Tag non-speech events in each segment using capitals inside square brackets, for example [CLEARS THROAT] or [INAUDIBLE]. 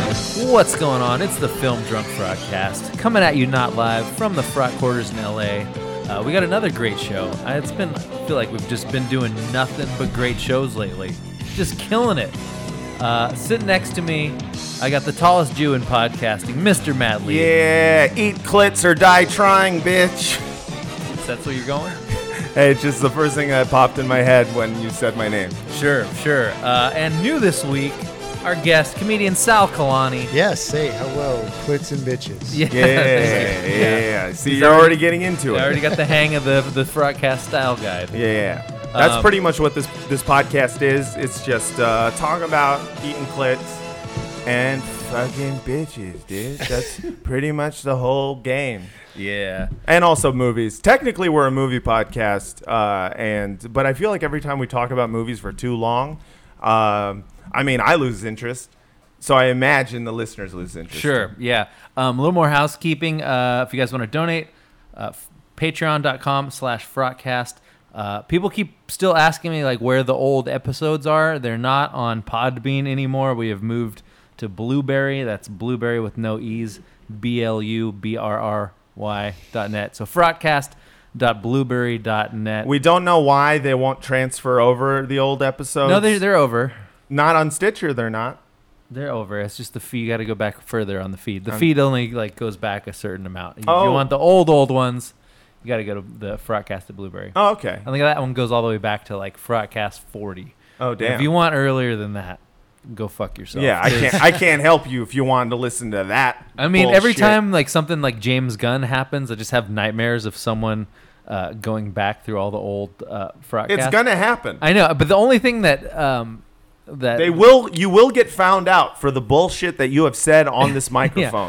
What's going on? It's the Film Drunk Broadcast coming at you not live from the Frog Quarters in LA. Uh, we got another great show. Uh, It's been, I feel like we've just been doing nothing but great shows lately. Just killing it. Uh, sitting next to me, I got the tallest Jew in podcasting, Mr. Matt Lee. Yeah, eat clits or die trying, bitch. That's where you're going? Hey, it's just the first thing that popped in my head when you said my name. Sure, sure. Uh, and new this week, our guest, comedian Sal Kalani. Yes, say hello, clits and bitches. Yeah, [LAUGHS] Yeah, yeah. thank you. See, He's you're already- already getting into it. I already got the hang of the the broadcast style guide. yeah, that's Um, pretty much what this this podcast is. It's just uh, talking about eating clits and fucking bitches, [LAUGHS] dude. That's pretty much the whole game. Yeah. and also movies. Technically, we're a movie podcast, uh, and but I feel like every time we talk about movies for too long, um, I mean, I lose interest. So I imagine the listeners lose interest. Sure. Yeah. Um, a little more housekeeping. Uh, if you guys want to donate, uh, f- patreon.com slash frotcast. Uh, people keep still asking me like where the old episodes are. They're not on Podbean anymore. We have moved to Blueberry. That's Blueberry with no E's. B L U B R R Y dot net. So frotcast.blueberry.net. We don't know why they won't transfer over the old episodes. no, they're, they're over. not on Stitcher. They're not. They're over. It's just the feed. You got to go back further on the feed. The feed only like goes back a certain amount. If you Um, Oh. want the old old ones, you got to go to the Frotcast at Blueberry. Oh, okay. I think that one goes all the way back to like Frotcast 40. Oh, And damn. If you want earlier than that, go fuck yourself. yeah, I 'Cause- can't. I can't help you if you wanted to listen to that. I mean, every bullshit. time like something like James Gunn happens, I just have nightmares of someone uh, going back through all the old uh, Frotcast. it's gonna happen. I know, but the only thing that um, that they will. You will get found out for the bullshit that you have said on this microphone.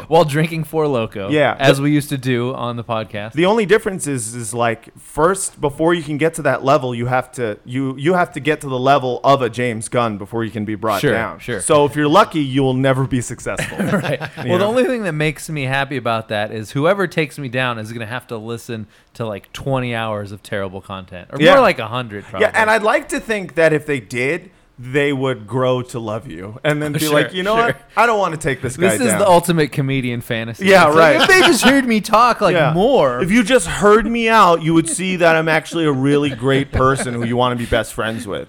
[LAUGHS] Yeah, while drinking Four Loco. Yeah. As we used to do on the podcast. The only difference is is like first before you can get to that level, you have to you you have to get to the level of a James Gunn before you can be brought Sure, down. sure. So if you're lucky, you will never [LAUGHS] be successful. right. Well, the only thing that makes me happy about that is whoever takes me down is going to have to listen to like 20 hours of terrible content, or Yeah. more like 100. Probably. yeah, and I'd like to think that if they did, they would grow to love you and then [LAUGHS] be Sure, like, you know sure. what? I don't want to take this, guy this is down. the ultimate comedian fantasy. Yeah, It's like, right. if they just heard me talk like Yeah. more, If you just heard me out, you would see that I'm actually a really great person who you want to be best friends with.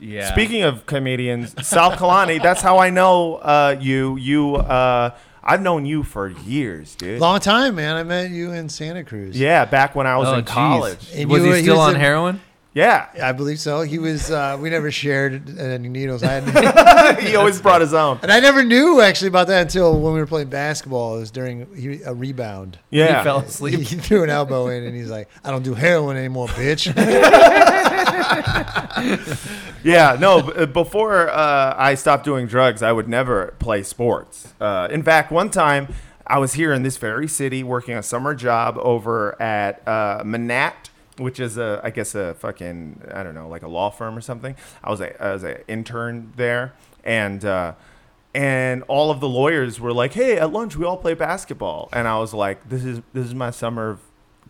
yeah. Speaking of comedians, Sal Kalani, that's how I know uh, you. You, uh, I've known you for years, dude. Long time, man. I met you in Santa Cruz. yeah, back when I was oh, in jeez. college. And was you he were- he still was on in- heroin? Yeah, I believe so. He was. Uh, we never shared uh, any needles. I had, he always brought his own. and I never knew actually about that until when we were playing basketball. It was during he, [LAUGHS] a rebound. Yeah, He fell He, asleep. he threw an elbow in, and he's like, "I don't do heroin anymore, bitch." yeah. No, b- uh, before uh, I stopped doing drugs, I would never play sports. Uh, in fact, one time I was here in this very city working a summer job over at uh, Manat. Which is a, I guess a fucking, I don't know, like a law firm or something. I was a, I was an intern there, and uh, and all of the lawyers were like, "Hey, at lunch we all play basketball," and I was like, "This is this is my summer of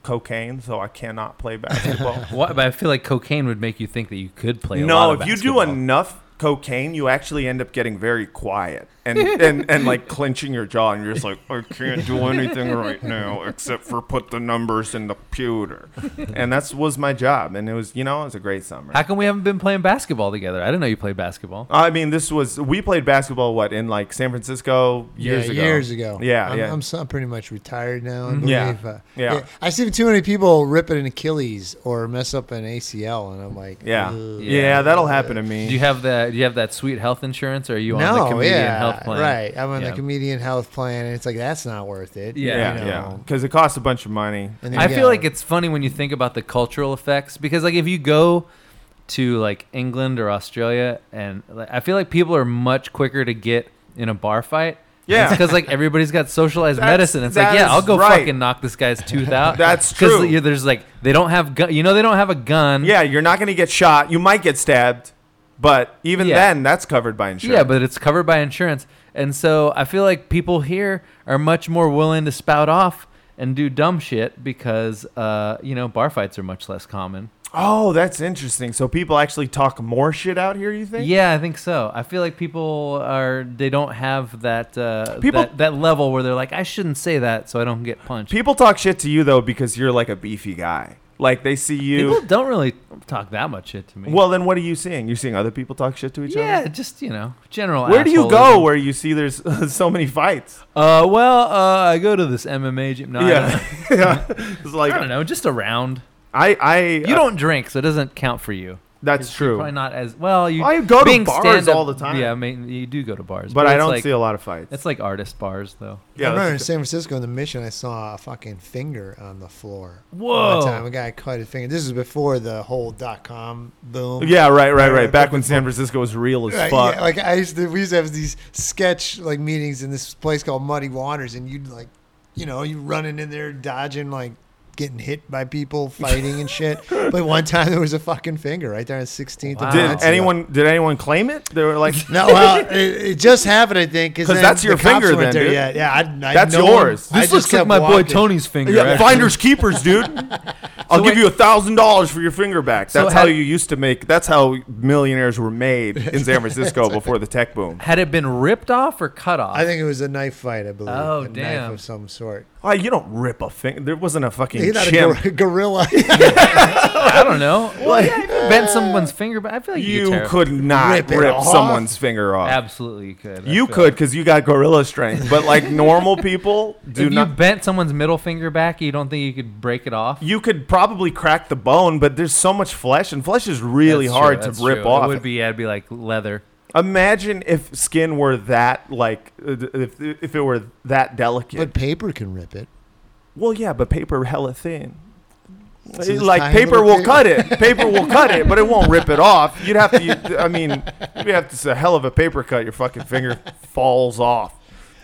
cocaine, so I cannot play basketball." What, but I feel like cocaine would make you think that you could play. a no lot of if you do basketball. enough cocaine you actually end up getting very quiet and, and and like clenching your jaw and you're just like i can't do anything right now except for put the numbers in the pewter and that's was my job and it was you know it was a great summer How come we haven't been playing basketball together? I didn't know you played basketball. i mean this was we played basketball what in like san francisco [LAUGHS] years yeah, ago Years ago. yeah I'm, yeah Mm-hmm. I'm, so- I'm pretty much retired now. I believe. Yeah. Uh, Yeah. I see too many people rip an Achilles or mess up an ACL, and I'm like, yeah. "Ugh." yeah that'll happen to me Do you have the Do you have that sweet health insurance, or are you on the No, comedian yeah, health plan? right. I'm on Yeah. the comedian health plan, and it's like that's not worth it. Yeah. yeah you yeah know. because it costs a bunch of money And then I you feel got- like it's funny when you think about the cultural effects because like if you go to like England or Australia and like, I feel like people are much quicker to get in a bar fight. Yeah. because like everybody's got socialized That's- medicine. It's like that yeah, is I'll go right. fucking knock this guy's tooth [LAUGHS] out. That's 'Cause true. you- There's like they don't have gun. You know they don't have a gun. yeah you're not going to get shot you might get stabbed but even Yeah. then that's covered by insurance Yeah, but it's covered by insurance. And so I feel like people here are much more willing to spout off and do dumb shit because, uh, you know, bar fights are much less common. Oh, that's interesting. So people actually talk more shit out here. You think? Yeah, I think so. I feel like people are they don't have that uh, People- that, that level where they're like, I shouldn't say that, so I don't get punched. People talk shit to you though because you're like a beefy guy. Like they see you. People don't really talk that much shit to me. [LAUGHS] well, then what are you seeing? You're seeing other people talk shit to each yeah, other. just you know, general. Where do you go assholism. where you see there's [LAUGHS] so many fights? Uh, well, uh, I go to this MMA gym. No, I don't know. yeah, [LAUGHS] yeah. It's like [LAUGHS] I don't know, just around. I, I, uh, You don't drink, so it doesn't count for you. That's You're true. Probably not as well. You I go to being bars stand-up- all the time. Yeah, I mean, you do go to bars, but I it's don't like, see a lot of fights. It's like artist bars, though. I yeah, remember in that's- San Francisco in the mission, I saw a fucking finger on the floor. Whoa. One time, a guy cut his finger. This is before the whole dot com boom. yeah, right, right, Right, right. Back when San Francisco was real as Right, fuck. yeah, like I used to, we used to have these sketch like meetings in this place called Muddy Waters, and you'd like, you know, you running in there dodging like getting hit by people fighting and shit. [LAUGHS] But one time there was a fucking finger right there on 16th. Wow. and did Peninsula. anyone did anyone claim it? They were like, No, well, it, it just happened, I think, 'Cause then that's your the cops finger weren't then, there dude. yet. Yeah, I, I, That's no one- yours. I This just looks like kept my boy walking. Tony's finger. yeah, actually. finders keepers, [LAUGHS] dude. I'll give wait- you a thousand dollars for your finger back. So That's had- how you used to make. That's how millionaires were made in San [LAUGHS] Francisco before the tech boom. Had it been ripped off or cut off? I think it was a knife fight. I believe. Oh, a damn. Knife of some sort. Oh, you don't rip a finger. There wasn't a fucking He's not a chimp. gor- [LAUGHS] gorilla. I don't know. [LAUGHS] Well, yeah, if you bent someone's finger, but I feel like you, could, You tear it. could not Rip rip, it off? someone's finger off. absolutely you could. I You feel could like. because you got gorilla strength, but [LAUGHS] like normal people do if not. you bent someone's middle finger back, you don't think you could break it off? you could probably crack the bone, but there's so much flesh, and flesh is really That's hard true, that's to rip true. off. It would be. I'd be like leather. Imagine if skin were that like uh, if if it were that delicate. but paper can rip it. well, yeah, but paper hella thin. It's this like tiny paper little will thing. cut [LAUGHS] it. Paper will cut it, but it won't rip it off. You'd have to. You, I mean, you have to. It's a hell of a paper cut. Your fucking finger falls off.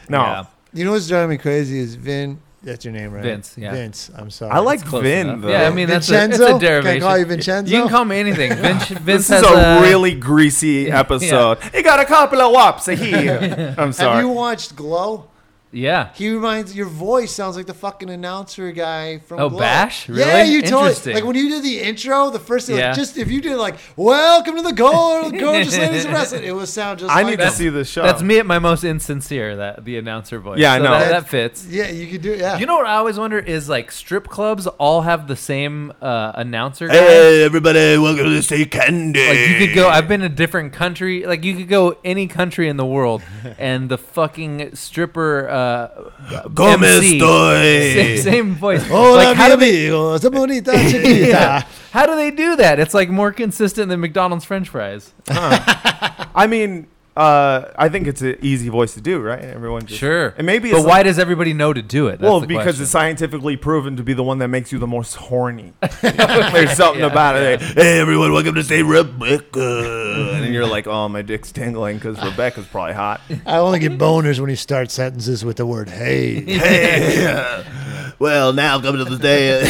No, Yeah. You know what's driving me crazy is Vin. That's your name, right? Vince, yeah. Vince. I'm sorry. I like Close Vin enough. though. Yeah, I mean that's a, it's Vincenzo? a Can I derivation. call you Vincenzo? You can call me anything. [LAUGHS] Vince, Vince This is has a really greasy uh, [LAUGHS] yeah. episode. He got a couple of [LAUGHS] whops here. I'm Have sorry. you watched Glow? yeah. He reminds your voice sounds like the fucking announcer guy from Oh, Glow. Bash? Yeah, Really? you told Interesting. like when you did the intro, the first thing, like, Yeah. just if you did like "Welcome to the Goal, Gorgeous Ladies [LAUGHS] of Wrestling," it would sound just. I like need to that. see this show. That's me at my most insincere. That the announcer voice. Yeah, I So know. that, That's- that fits. Yeah, you could do. it, Yeah, You know what I always wonder is like strip clubs all have the same uh, announcer. Guy. Hey everybody, welcome to State Candy. Like you could Eh. go. uh, I've been to different country. Like you could go any country in the [LAUGHS] world, and the fucking stripper uh, MC, same, [LAUGHS] same voice. Oh, like, how do they? [LAUGHS] amigos, bonita chiquita. Yeah. How do they do that? It's like more consistent than McDonald's French fries. I mean, uh, I think it's an easy voice to do, right? Everyone just, Sure. And maybe but it's why does everybody know to do it? That's well the because question. it's scientifically proven to be the one that makes you the [LAUGHS] most horny. There's something about it. Like, hey everyone, welcome to State Rebecca, and you're like, oh my dick's tingling because Rebecca's probably hot. I only get boners when you start sentences with the word "hey." [LAUGHS] Well, now come to the day.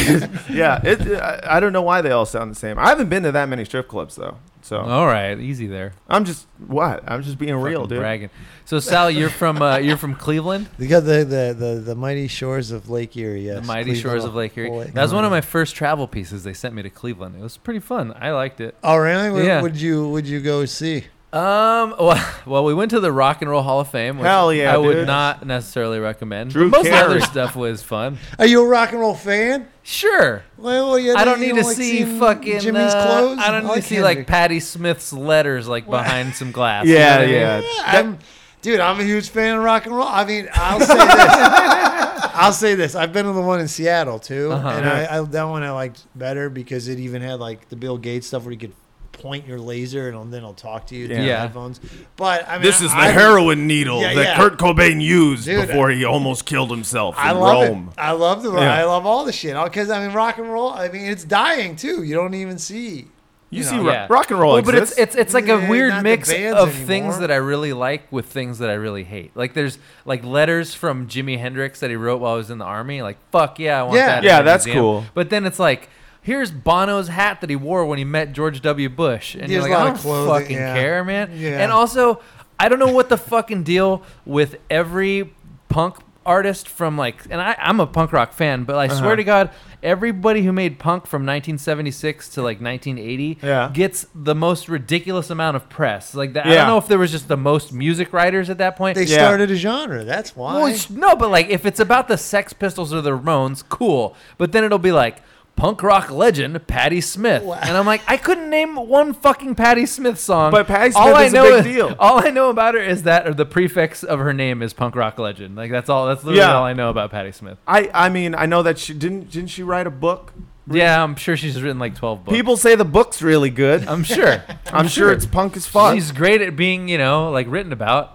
yeah, it, I, I don't know why they all sound the same. I haven't been to that many strip clubs though, so all right, easy there. I'm just what I'm just being real, Fucking dude. Bragging. So Sal, you're from uh, you're from Cleveland, You got the, the, the, the mighty shores of Lake Erie. Yes, the mighty shores of Lake Oh, Erie. That was one Mm. of my first travel pieces. They sent me to Cleveland. It was pretty fun. I liked it. Oh really? What Yeah. would you would you go see? Um. [LAUGHS] Well, well, we went to the Rock and Roll Hall of Fame. Which Hell yeah, I would dude. not necessarily recommend. Drew Most other Carey. stuff was fun. Are you a rock and roll fan? Sure. Well, well, yeah, I don't you need to like see seeing fucking Jimmy's uh, clothes. I don't need to like see like Hendrix. Patti Smith's letters like behind some glass. you know Yeah, what I mean? yeah. I'm, dude, I'm a huge fan of rock and roll. I mean, [LAUGHS] I'll say this. I'll say this. I've been to the one in Seattle too, Uh-huh. and I, I, that one I liked better because it even had like the Bill Gates stuff where you could point your laser and it'll- then it'll talk to you through Yeah. headphones. But I mean, This is the I, heroin needle Yeah, that yeah. Kurt Cobain used Dude, uh, before he almost killed himself in I love Rome. it. I love the. Yeah. I love all the shit. Because I mean, rock and roll. I mean, it's dying too. You don't even see. You, You see, know. ro- Yeah. rock and roll Well, but it's it's exists. it's like a Yeah, weird not the mix of bands things anymore. that I really like with things that I really hate. Like there's like letters from Jimi Hendrix that he wrote while I was in the army. Like fuck yeah, I want Yeah. that. in Yeah, my that's museum. cool. But then it's like. Here's Bono's hat that he wore when he met George W. Bush, and you're like, There's a lot I of don't clothing, fucking yeah. care, man. Yeah. And also, I don't know what the fucking deal with every punk artist from like, and I, I'm a punk rock fan, but I Uh-huh. swear to God, everybody who made punk from 1976 to like 1980 Yeah. gets the most ridiculous amount of press. Like, the, I Yeah. don't know if there was just the most music writers at that point. They Yeah. started a genre. That's why. Well, it's- no, but like if it's about the Sex Pistols or the Ramones, cool. But then it'll be like punk rock legend Patti Smith, Wow. and I'm like, I couldn't name one fucking Patti Smith song. But Patti all Smith I is a know big deal. All I know about her is that, or the prefix of her name is punk rock legend. Like that's all. That's literally Yeah. all I know about Patti Smith. I I mean I know that she didn't didn't she write a book? Yeah, I'm sure she's written like 12 books. People say the book's really good. I'm, I'm [LAUGHS] sure. sure. it's punk as fuck. She's great at being, you know, like written about.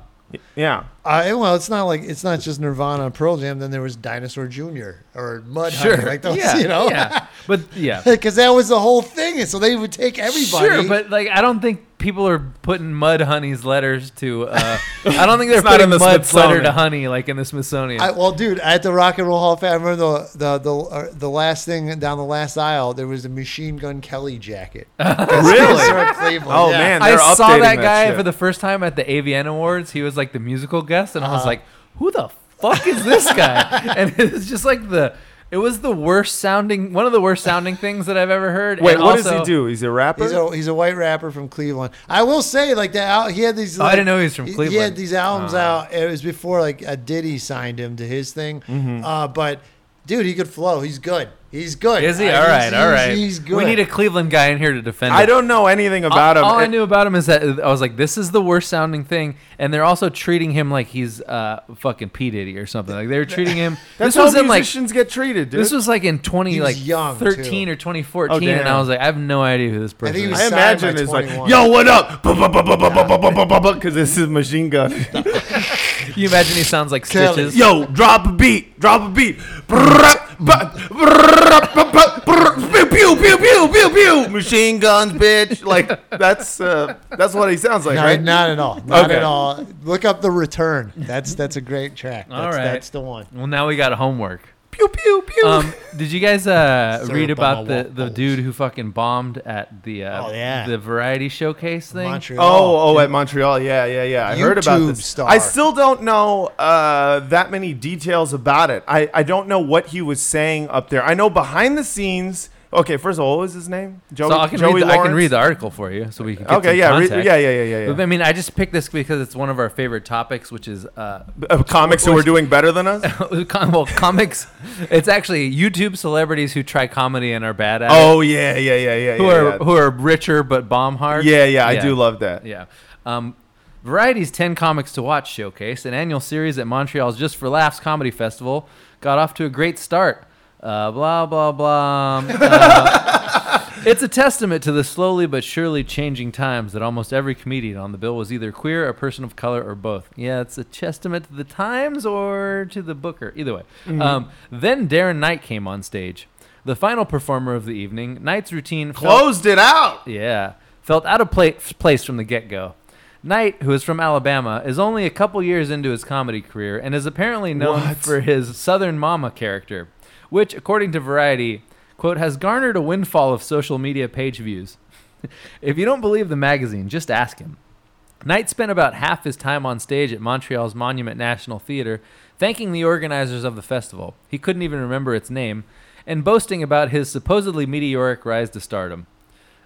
yeah. Uh, well, it's not like it's not just Nirvana and Pearl Jam. Then there was Dinosaur Jr. or Mud Sure, Honey, like [LAUGHS] those, [LAUGHS] yeah, you know, [LAUGHS] yeah. But yeah, because that was the whole thing. And so they would take everybody. Sure, but like I don't think people are putting Mud Honey's letters to. Uh, I [LAUGHS] don't think they're It's not putting in the Mud's letter to Smithsonian. Honey like in the Smithsonian. I, well, dude, at the Rock and Roll Hall of Fame, I remember the the the, uh, the last thing down the last aisle. There was a Machine Gun [LAUGHS] Kelly jacket. Oh, Really? From Cleveland. Oh Yeah. man, I they're saw updating that guy shit. for the first time at the AVN Awards. He was like the musical guest, and I Uh-huh. was like, "Who the fuck is this guy?" [LAUGHS] and it's just like the. It was the worst sounding, one of the worst sounding things that I've ever heard. Wait, and what does also- he do? He's a rapper. He's a, he's a white rapper from Cleveland. I will say, like that, al- he had these. Oh, I like- didn't know he was from he- He Cleveland. Oh. had these albums out. It was before like a Diddy signed him to his thing. Mm-hmm. Uh, but dude, he could flow. He's good. He's good. Is he? Uh, All he's- right, all he's- right. He's good. We need a Cleveland guy in here to defend. I him. don't know anything about him. eh, all, all I It- knew about him is that I was like, this is the worst sounding thing, and they're also treating him like he's uh fucking P Diddy or something. Like they were treating [LAUGHS] him. That's this was how in like musicians get treated, dude. this was like in twenty He was like young, thirteen too. or twenty fourteen, Oh, and I damn. was like, I have no idea who this person he is. was- I signed imagine by it's like, 21. yo, what up? [LAUGHS] Because this is machine gun. [LAUGHS] Can you imagine he sounds like Kelly. stitches. Yo, drop a beat, drop a beat. Brrrr, ba- brrrr, ba- ba- brrrr, Pew pew pew pew pew pew. Machine guns, bitch. Like that's uh, that's what he sounds like, No, right? not at all. Not Okay. at all. Look up the return. That's that's a great track. That's, All right. that's the one. Well, now we got [LAUGHS] homework. Pew pew pew. Um, did you guys uh, Sir read about the, Obama the Wallace. dude who fucking bombed at the uh, Oh, yeah. the variety showcase thing? Montreal. [LAUGHS] Oh, oh, at Montreal, yeah, yeah, yeah. I heard about YouTube this. star. I still don't know uh, that many details about it. I, I don't know what he was saying up there. I know behind the scenes. Okay, first of all, what was his name? Joey. So I can, Joey read the, I can Lawrence? read the article for you, so we can get Okay, some yeah, re- context. yeah, yeah, yeah, yeah, yeah. But, I mean, I just picked this because it's one of our favorite topics, which is uh, [LAUGHS] Uh, comics who Which- were doing better than us. [LAUGHS] com- well, comics. It's actually YouTube celebrities who try comedy and are bad at it, Oh yeah, yeah, yeah, yeah. who yeah, are yeah. who are richer but bomb hard. Yeah, yeah, I do love that. Yeah. Um, Variety's 10 Comics to Watch showcase, an annual series at Montreal's Just for Laughs Comedy Festival, got off to a great start. Uh, blah, blah, blah. Um, uh, [LAUGHS] it's a testament to the slowly but surely changing times that almost every comedian on the bill was either queer, a person of color, or both. Yeah, it's a testament to the times or to the booker. Either way. Um, then Darren Knight came on stage. The final performer of the evening, Knight's routine felt- Closed it out. yeah. Felt out of pla- place from the get go. Knight, who is from Alabama, is only a couple years into his comedy career and is apparently known What? for his Southern Mama character, which, according to Variety, quote, has garnered a windfall of social media page views. [LAUGHS] if you don't believe the magazine, just ask him. Knight spent about half his time on stage at Montreal's Monument National Theatre, thanking the organizers of the festival. He couldn't even remember its name, and boasting about his supposedly meteoric rise to stardom.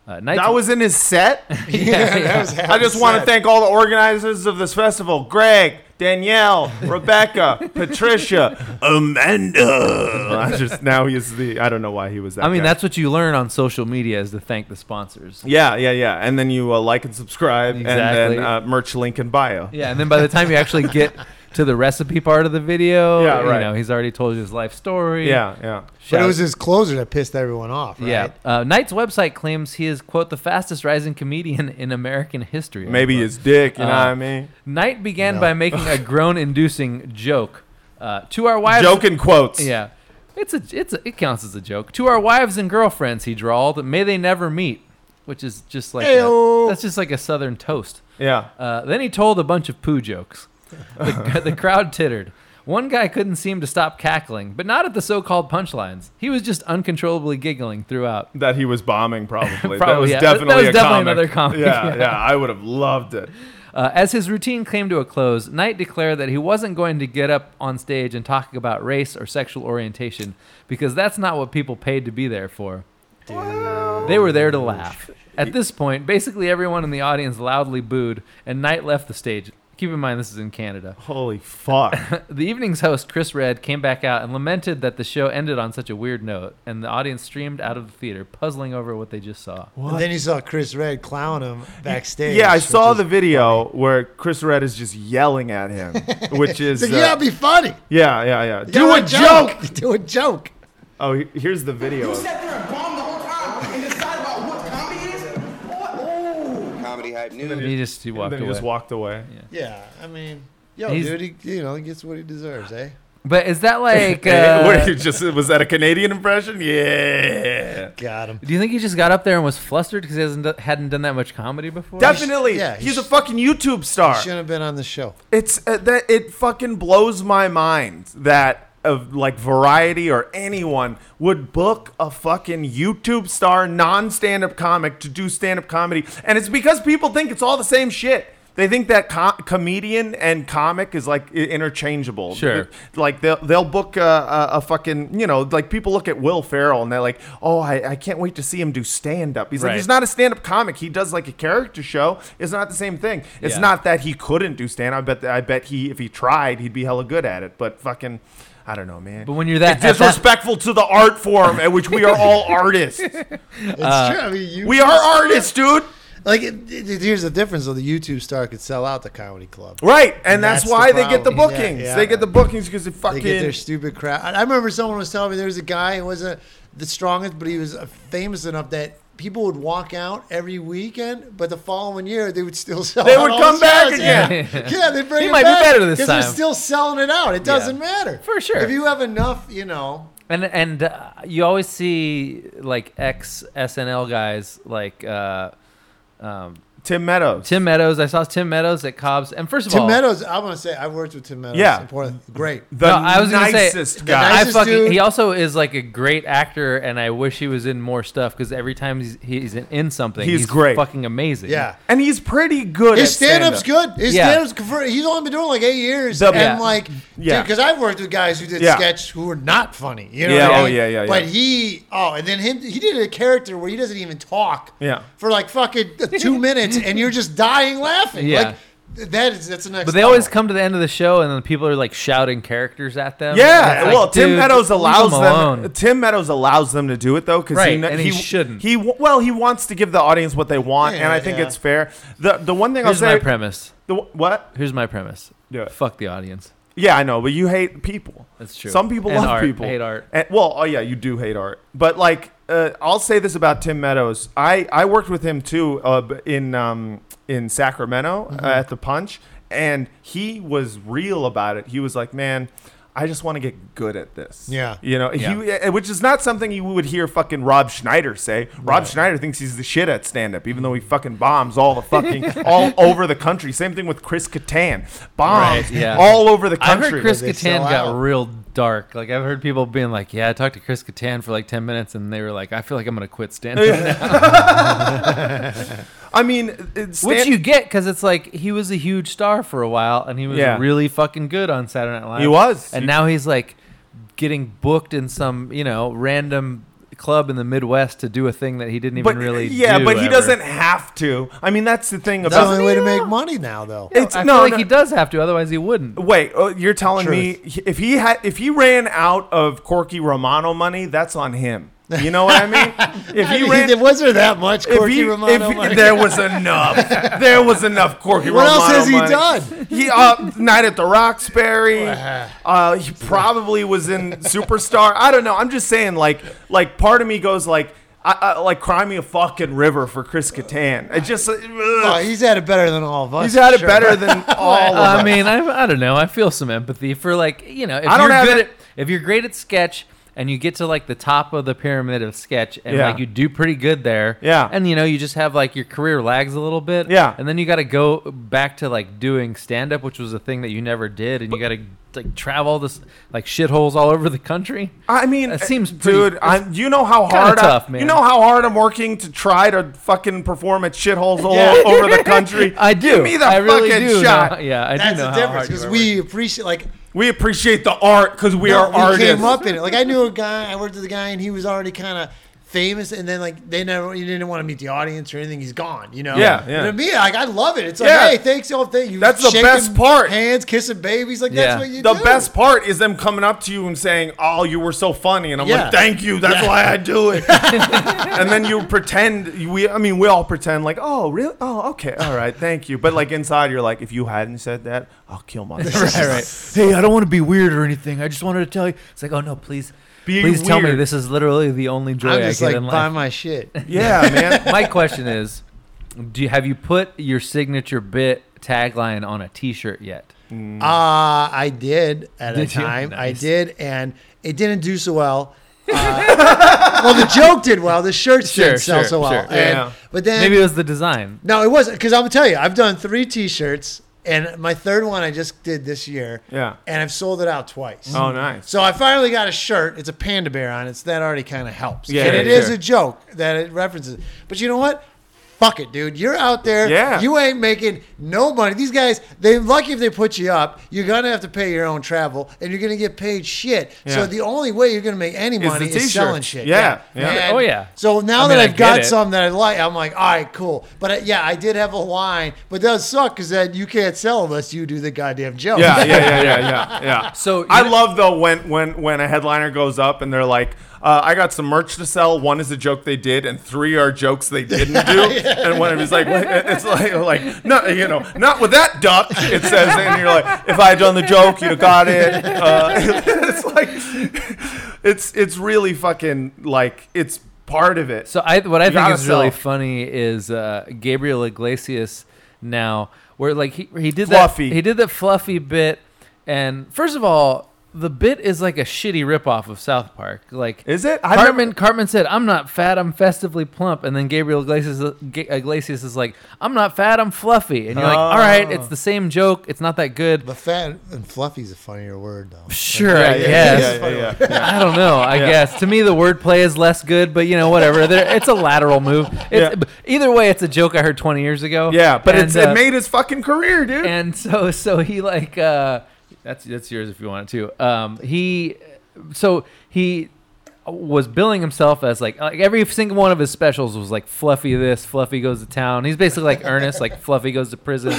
Uh, Knight's- That was in his set. yeah, yeah. I just want to thank all the organizers of this festival: Greg, [LAUGHS] Danielle, Rebecca, Patricia, Amanda. I just now he's the. I don't know why he was that. I mean, guy. that's what you learn on social media is to thank the sponsors. Yeah, yeah, yeah. And then you uh, like and subscribe, and Exactly. then uh, merch link in bio. Yeah, and then by the time you actually [LAUGHS] get to the recipe part of the video, Yeah, you right. know, he's already told you his life story. Yeah, yeah. But Shout- it was his closer that pissed everyone off. Right? Yeah. Uh, Knight's website claims he is, quote, the fastest rising comedian in American history. Maybe unquote. his dick. You know Uh, what I mean? Knight began [LAUGHS] by making a groan inducing joke. Uh, to our wives. Joke in quotes. Yeah. It's a, it's a, it counts as a joke. To our wives and girlfriends, he drawled, may they never meet, which is just like, a, Ayo. that's just like a southern toast. Yeah. Uh, then he told a bunch of poo jokes. The, the crowd tittered. One guy couldn't seem to stop cackling, but not at the so-called punchlines. He was just uncontrollably giggling throughout. That he was bombing, probably. [LAUGHS] that Probably, was yeah. That- that definitely was a definitely comic. another comic, [LAUGHS] Yeah, yeah. yeah. I would have loved it. Uh, as his routine came to a close, Knight declared that he wasn't going to get up on stage and talk about race or sexual orientation because that's not what people paid to be there for. They were there to laugh. At this point, basically everyone in the audience loudly booed, and Knight left the stage. Keep in mind, this is in Canada. Holy fuck. The evening's host, Chris Red, came back out and lamented that the show ended on such a weird note, and the audience streamed out of the theater, puzzling over what they just saw. And then you saw Chris Red clown him backstage. Yeah, I which saw is- the video where Chris Red is just yelling at [LAUGHS] him, which is He's uh, like, yeah, be funny. yeah, yeah, yeah. Do Tell a joke. Do a joke. Oh, he- here's the video. You of- sat there and bombed the whole time and decided about what comedy is? What? Oh. Comedy hype news. He just he walked then he away. just walked away. Yeah, I mean, yo, He's- dude, he, you know, he gets what he deserves, eh? but is [LAUGHS] that like? Hey, what, Uh, he just was that a Canadian impression? Yeah, Got him. do you think he just got up there and was flustered because he hasn't do- hadn't done that much comedy before? definitely. yeah, he he's a sh- fucking YouTube star. Shouldn't have been on the show. It's uh, that it fucking blows my mind that of like variety or anyone would book a fucking YouTube star non-stand-up comic to do stand-up comedy and it's because people think it's all the same shit. They think that co- comedian and comic is like i- interchangeable. Sure. Like they'll they'll book a, a, a fucking you know like people look at Will Ferrell and they're like oh I, I can't wait to see him do stand up. He's like Right. he's not a stand up comic. He does like a character show. It's not the same thing. It's Yeah. not not that he couldn't do stand. I bet. I bet he, if he tried, he'd be hella good at it. But fucking, I don't know, man. But when you're that- It's at that- disrespectful to the art form at which we [LAUGHS] are all artists. It's true. I mean, you, We are artists, dude. like, it, it- it- here's the difference: though, the YouTube star could sell out the comedy club. Right, and that's, That's why the they get the problem. Yeah, bookings. yeah. They get the bookings because they fucking. They get their stupid crap. I I remember someone was telling me there was a guy who wasn't the strongest, but he was uh, famous enough that people would walk out every weekend, but the following year they would still [LAUGHS] sell. They out would all come the shows. back again. Yeah, [LAUGHS] yeah they bring He it might be back better this 'cause time. They're still selling it out. It doesn't matter For sure. If you have enough, you know, And and uh, you always see like ex SNL guys like uh, um, Tim Meadows. Tim Meadows. I saw Tim Meadows at Cobb's, and first of Tim all, Meadows. I want to say I've worked with Tim Meadows. Yeah. in Portland. great. the No, I was gonna say- nicest the guy. I nicest fucking. dude. He also is like a great actor, and I wish he was in more stuff because every time he's, he's in, in something, He's great. fucking amazing. Yeah. and he's pretty good. His at stand up's stand-up. good. His Yeah. stand up's for, he's only been doing it like eight years. The- and Yeah. like, Yeah. yeah. Because I've worked with guys who did Yeah. sketch who were not funny. You know Yeah, what I oh, mean? yeah, yeah, But yeah. he, oh, and then him, he did a character where he doesn't even talk Yeah. for like fucking two minutes and you're just dying laughing. Yeah. Like, th- that is, that's the next But they always level. come to the end of the show, and then people are like shouting characters at them. Yeah, It's like, well, Tim dude, Meadows leave allows them. alone. Tim Meadows allows them to do it though, because he, Right, kn- and he shouldn't. He w- well, he wants to give the audience what they want, and Yeah, I think yeah. it's fair. The the one thing Here's I'll say, my premise. the w- what? Here's my premise. Do it. Fuck the audience. Yeah, I know, but you hate people. That's true. Some people And love art. people. I hate art. And, well, oh yeah, you do hate art. But like, uh, I'll say this about Tim Meadows. I I worked with him too uh, b- in um, in Sacramento Mm-hmm. uh, at the Punch, and he was real about it. He was like, man. I just want to get good at this. Yeah. You know, he, uh, which is not something you would hear fucking Rob Schneider say. Rob Schneider thinks he's the shit at stand up, even though he fucking bombs all the [LAUGHS] fucking, all over the country. Same thing with Chris Kattan. Bombs Right, yeah. all over the I've country. heard Chris they Kattan sell got out. real dark. Like I've heard people being like, "Yeah, I talked to Chris Kattan for like ten minutes, and they were like, I feel like I'm gonna quit stand up." I mean, it's Which you get because it's like he was a huge star for a while, and he was Yeah. really fucking good on Saturday Night Live. He was. and He- now he's like getting booked in some you know random club in the Midwest to do a thing that he didn't even really. yeah, do but he ever. doesn't have to. I mean, that's the thing That's the about only way to make money now, though. It's I no, feel like no. he does have to, otherwise he wouldn't. Wait, oh, you're telling me he- if he had if he ran out of Corky Romano money, that's on him. You know what I [LAUGHS] mean? If I he mean, ran. there was there that much If, Corky he, Romano? if money? he, there was enough, [LAUGHS] there was enough Corky What Romano. else has he money. done? He uh, Night at the Roxbury. Uh, he probably was in Superstar. I don't know. I'm just saying, like, like part of me goes like, I, I, like, cry me a fucking river for Chris Kattan. It just, ugh. Oh, he's had it better than all of us. He's had it sure. better [LAUGHS] than all of I us. mean, I, I don't know. I feel some empathy for like you know if I don't you're have good it. at if you're great at sketch and you get to like the top of the pyramid of sketch and Yeah. like you do pretty good there. Yeah. And you know you just have like your career lags a little bit. Yeah. And then you got to go back to like doing stand up, which was a thing that you never did, and you got to like travel this like shitholes all over the country? I mean, That seems pretty- dude. I'm, you know how hard tough, I, man. You know how hard I'm working to try to fucking perform at shitholes [LAUGHS] all Yeah. [LAUGHS] over the country. [LAUGHS] I do. Give me the I really fucking do know- shot. yeah, I That's do know the how difference hard you because are. we appreciate like We appreciate the art because we no, are artists. came up in it. Like I knew a guy, I worked with a guy, and he was already kind of famous, and then like they never, he didn't want to meet the audience or anything. He's gone, you know. Yeah, yeah. And to me, like I love it. It's like, Yeah. hey, thanks, y'all. Thank you. That's the Shaking best part. Hands kissing babies, like Yeah. that's what you the do. best part is them coming up to you and saying, "Oh, you were so funny," and I'm Yeah. like, "Thank you. That's why I do [LAUGHS] it." and then you pretend we. I mean, we all pretend like, "Oh, really? Oh, okay, all right, thank you." But like inside, you're like, "If you hadn't said that, I'll kill [LAUGHS] myself." All right. Hey, I don't want to be weird or anything. I just wanted to tell you. It's like, oh no, please, Be please tell me weird. this is literally the only joy I'm I just get like in buy life. my shit. yeah, man. [LAUGHS] My question is, do you, have you put your signature bit tagline on a T-shirt yet? Uh, I did at Did a you? time. I Nice. did, and it didn't do so well. Uh, well, the joke did well. The shirts Sure, didn't sell sure, so well. sure. And- Yeah. But then Maybe it was the design. No, it wasn't because I'm gonna tell you, I've done three T-shirts, and my third one I just did this year. Yeah. and I've sold it out twice. Oh, nice. So I finally got a shirt. It's a panda bear on it. So that already kind of helps. Yeah, and it yeah, is sure. a joke that it references. But you know what? Fuck it, dude. You're out there. Yeah. You ain't making no money. These guys, they lucky if they put you up. You're gonna have to pay your own travel, and you're gonna get paid shit. Yeah. So the only way you're gonna make any the money t-shirt. is selling shit. Yeah, yeah. And Oh, yeah. So now I that mean, I I've get got it. some that I like, I'm like, all right, cool. But uh, yeah, I did have a line, but it does suck because then you can't sell unless you do the goddamn joke. [LAUGHS] Yeah, yeah, yeah, [LAUGHS] yeah, yeah, yeah. So- I love though when when when a headliner goes up and they're like, uh, "I got some merch to sell. One is a joke they did, and three are jokes they [LAUGHS] didn't do." And one of them's like, "It's like like not you know not with that duck." It says, and you're like, "If I had done the joke, you'd have got it." Uh, [LAUGHS] it's like it's it's really fucking like it's part of it. So I what I think gotta is really sell. funny is uh, Gabriel Iglesias now, where like he he did Fluffy. that he did that fluffy bit, and first of all, the bit is like a shitty ripoff of South Park. Like Is it? I've Cartman never- Cartman said, "I'm not fat, I'm festively plump," and then Gabriel Iglesias Ga- Iglesias is like, "I'm not fat, I'm fluffy," and you're like, "All right, Oh. it's the same joke. It's not that good." But fat and fluffy's a funnier word though. Sure, yeah, I yeah, guess. yeah, yeah, yeah. I don't know. I guess to me the wordplay is less good, but you know whatever. There, it's a lateral move. It's, Yeah. Either way, it's a joke I heard 20 years ago. Yeah, but And, it's uh, it made his fucking career, dude. and so so he like uh, that's that's yours if you want it to. Um, he so he was billing himself as like like every single one of his specials was like Fluffy this, Fluffy goes to town. He's basically like Ernest, like Fluffy goes to [LAUGHS] prison,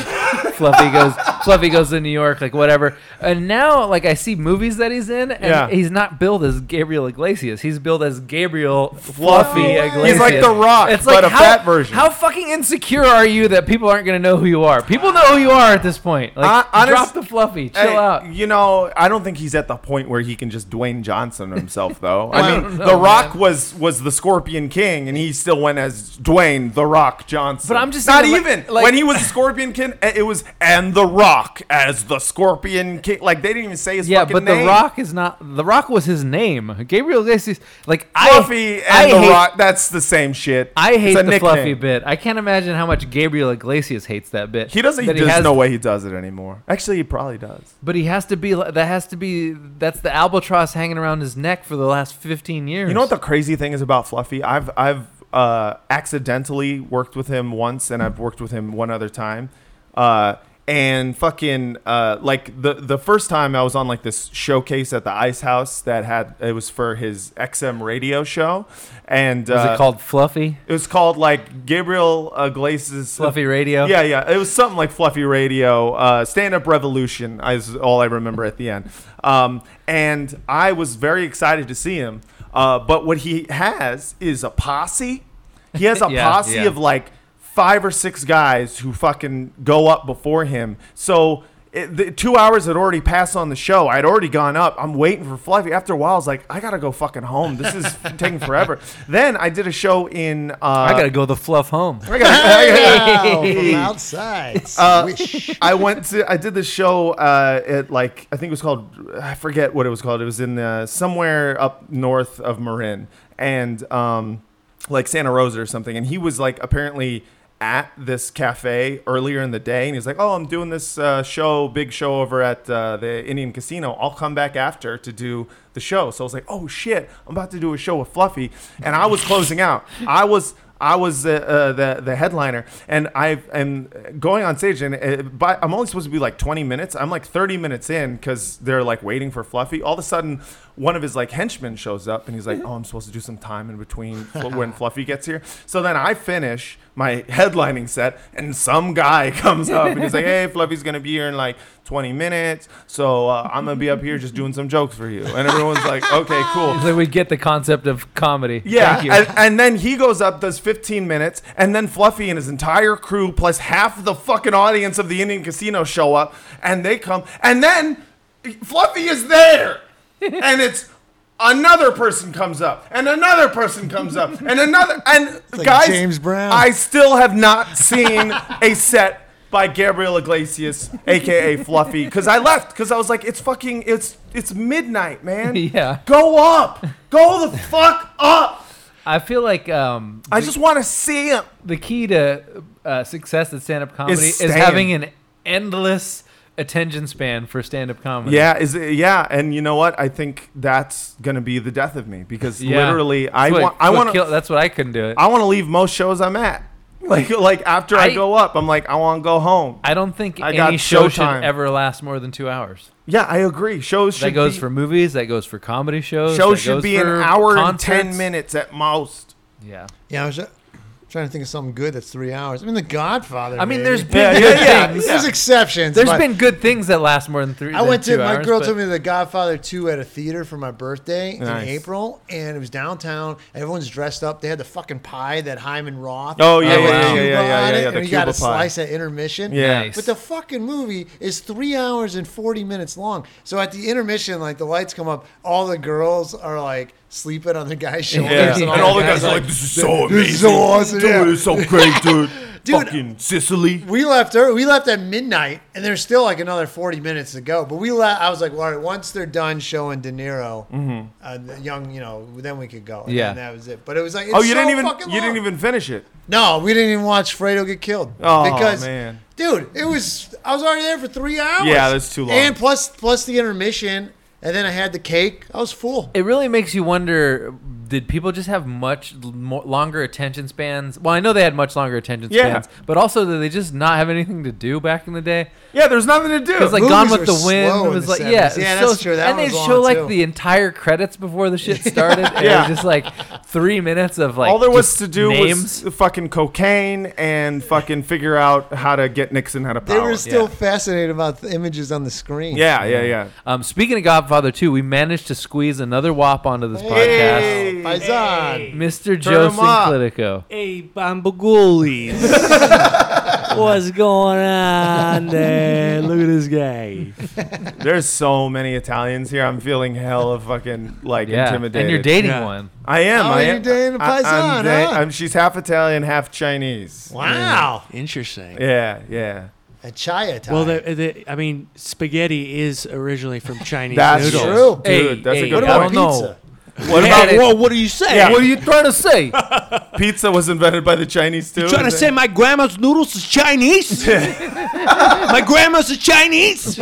Fluffy goes Fluffy goes to New York, like whatever. And now like I see movies that he's in, and Yeah. he's not billed as Gabriel Iglesias. He's billed as Gabriel Fluffy Fluffy. Iglesias. He's like The Rock, It's like but a how, fat version. How fucking insecure are you that people aren't gonna know who you are? People know who you are at this point. Like Hon- honest- drop the fluffy, chill Hey, out. You know, I don't think he's at the point where he can just Dwayne Johnson himself, [LAUGHS] though. I Well, mean, no, The Rock was was the Scorpion King, and he still went as Dwayne The Rock Johnson. But I'm just not saying, like- even like- when he was the Scorpion King. eh, It was and The Rock as the Scorpion King. Like they didn't even say his Yeah, fucking but name. The Rock is not. The Rock was his name. Gabriel Iglesias, like Fluffy I, and I The hate, Rock. That's the same shit. I hate It's the a nickname. fluffy bit. I can't imagine how much Gabriel Iglesias hates that bit. He doesn't. That there's has- no way he does it anymore. Actually, he probably does. But he has to be. li- That has to be. That's the albatross hanging around his neck for the last fifteen years. You know what the crazy thing is about Fluffy? I've I've uh, accidentally worked with him once, and I've worked with him one other time. Uh, and fucking uh, like the the first time I was on like this showcase at the Ice House that had it was for his XM radio show, and was uh, it called Fluffy? It was called like Gabriel uh, Glace's Fluffy Radio? Yeah, yeah. It was something like Fluffy Radio. Uh, Stand Up Revolution is all I remember at the end. Um, and I was very excited to see him. Uh, but what he has is a posse. He has [LAUGHS] a Yeah, posse yeah. of like five or six guys who fucking go up before him. So. It, the two hours had already passed on the show. I'd already gone up. I'm waiting for Fluffy. After a while, I was like, I gotta go fucking home. [LAUGHS] This is taking forever. Then I did a show in. Uh, I gotta go the fluff home. I gotta- I gotta- Wow, from outside. Swish. [LAUGHS] I went to I did the show uh, at like I think it was called I forget what it was called. It was in uh, somewhere up north of Marin and um, like Santa Rosa or something. And he was like apparently at this cafe earlier in the day, and he's like, "Oh, I'm doing this uh, show, big show over at uh, the Indian Casino. I'll come back after to do the show." So I was like, "Oh shit, I'm about to do a show with Fluffy," and I was closing out. I was. I was uh, uh, the the headliner, and I am going on stage, and uh, by, I'm only supposed to be like 20 minutes. I'm like 30 minutes in because they're like waiting for Fluffy. All of a sudden, one of his like henchmen shows up, and he's like, "Oh, I'm supposed to do some time in between fl- when Fluffy gets here." So then I finish my headlining set, and some guy [LAUGHS] comes up and he's like, "Hey, Fluffy's gonna be here in like 20 minutes, so uh, I'm gonna be up here just doing some jokes for you." And everyone's like, "Okay, [LAUGHS] cool." It's like we get the concept of comedy. Yeah, Thank you. And, and then he goes up, does 15 minutes, and then Fluffy and his entire crew, plus half the fucking audience of the Indian Casino, show up, and they come, and then Fluffy is [LAUGHS] there, and it's another person comes up, and another person comes up, and another, and like guys, James Brown. I still have not seen a set. By Gabriel Iglesias, aka Fluffy, because I left because I was like, it's fucking, it's it's midnight, [LAUGHS] [LAUGHS] man. Yeah. Go up, go the fuck up. I feel like um, I just want to see him. the key to uh, success at stand-up comedy is, staying. having an endless attention span for stand-up comedy. Yeah, is it, yeah, and you know what? I think that's gonna be the death of me because Yeah. literally, That's I what- want, I what want, kill- to, That's what I couldn't do. It. I want to leave most shows I'm at. [LAUGHS] Like, like after I, I- go up, I'm like, I want to go home. I don't think I any got show should Showtime. ever last more than two hours. yeah, I agree. Shows should That goes be, for movies. That goes for comedy shows. shows that should goes be an for hour and ten concerts. minutes at most. Yeah. Yeah, I was uh, trying to think of something good that's three hours. I mean, The Godfather. I mean, man. there's been Yeah, good yeah, yeah. things. there's exceptions. There's but been good things that last more than three. I went to than two my hours, girl but- took me to The Godfather two at a theater for my birthday Nice. in April, and it was downtown. Everyone's dressed up. They had the fucking pie that Hyman Roth. Oh, yeah, had yeah, the yeah, Cuba yeah, yeah, on yeah, it, yeah, the and you got Cuba pie. a slice at intermission. Yeah. Nice. But the fucking movie is three hours and 40 minutes long. So at the intermission, like the lights come up, all the girls are like sleeping on the guy's shoulders. Yeah, Yeah. and Yeah. all the guys are like, this is so amazing. This is so awesome, Dude, yeah." it's so [LAUGHS] great, dude. Dude. Fucking Sicily. we left ear- we left at midnight and there's still like another 40 minutes to go but we left i was like well, all right once they're done showing de niro Mm-hmm. uh, the young you know then we could go And Yeah. then that was it but it was like Oh, you didn't even, even you didn't even finish it. no we didn't even watch fredo get killed Oh, because man. dude it was i was already there for three hours Yeah, that's too long. and plus plus the intermission and then i had the cake i was full It really makes you wonder: Did people just have much l- more, longer attention spans? Well, I know they had much longer attention Yeah. spans, but also did they just not have anything to do back in the day? Yeah, there's nothing to do. It was like Movies Gone with were the slow Wind. It in was the like 70s. yeah, it's Yeah, so, that's true. That and one they was show long, like too. the entire credits before the [LAUGHS] shit started. and it Yeah. was just like three minutes of like all there was just to do names. was fucking cocaine and fucking figure out how to get Nixon out of they power. were still yeah. fascinated about the images on the screen Oh, yeah, yeah, yeah. Um, speaking of Godfather 2, we managed to squeeze another wop onto this Hey. Faison. podcast. Mr. Joe him up. Sinclitico. Hey, Bambagulis. What's going on there? Look at this guy. There's so many Italians here. I'm feeling hell of fucking like Yeah. intimidated. And you're dating Yeah. one. I am. Oh, I you're am. dating a I- I'm Faison, da- huh? I'm- she's half Italian, half Chinese. wow Interesting. Yeah, yeah. a chaya time Well, the, the, I mean, spaghetti is originally from Chinese That's noodles. true, dude. Hey, that's a hey, good what point. about don't know. pizza What Hey, about whoa, what are you saying? Yeah. What are you trying to say? pizza? Was invented by the Chinese too? Trying to Is say it- my grandma's noodles is Chinese? my grandma's is Chinese?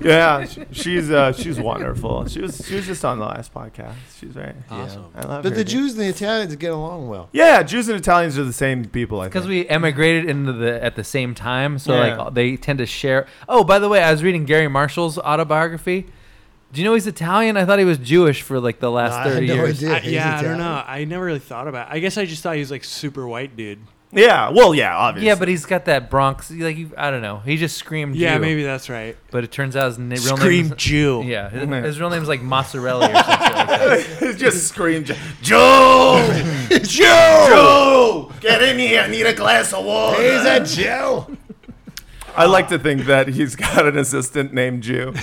Yeah, sh- she's uh, she's wonderful. She was she was just on the last podcast. She's right. Awesome. I love But her, the dude. Jews and the Italians get along well. Yeah, Jews and Italians are the same people. I think. Because we emigrated into the at the same time, so Yeah. like they tend to share. Oh, by the way, I was reading Gary Marshall's autobiography. Do you know he's Italian? I thought he was Jewish for like the last I had thirty [LAUGHS] no years. idea. I- He's yeah, I Italian. don't know. I never really thought about it. I guess I just thought he was like super white dude. Yeah, well, yeah, obviously. Yeah, [LAUGHS] but he's got that Bronx. Like you, I don't know. He just screamed. Yeah, Jew. maybe that's right. But it turns out his na- real name. Scream is- Jew. Yeah, his, his real name's like mozzarella or something like that. he just screamed, Joe, [LAUGHS] Joe, Joe, get in here! I need a glass of water. Is that [LAUGHS] Joe? [LAUGHS] I like to think that he's got an assistant named Jew.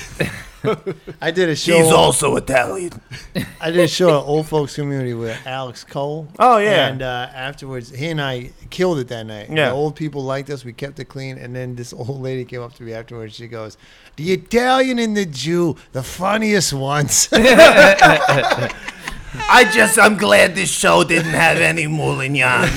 I did a show. He's also Italian. I did a show at Old Folks Community with Alex Cole. Oh, yeah. And uh, afterwards, he and I killed it that night. Yeah. The old people liked us. We kept it clean. And then this [LAUGHS] old lady came up to me afterwards. She goes, "The Italian and the Jew, the funniest ones." I just I'm glad this show didn't have any [LAUGHS] moulignon.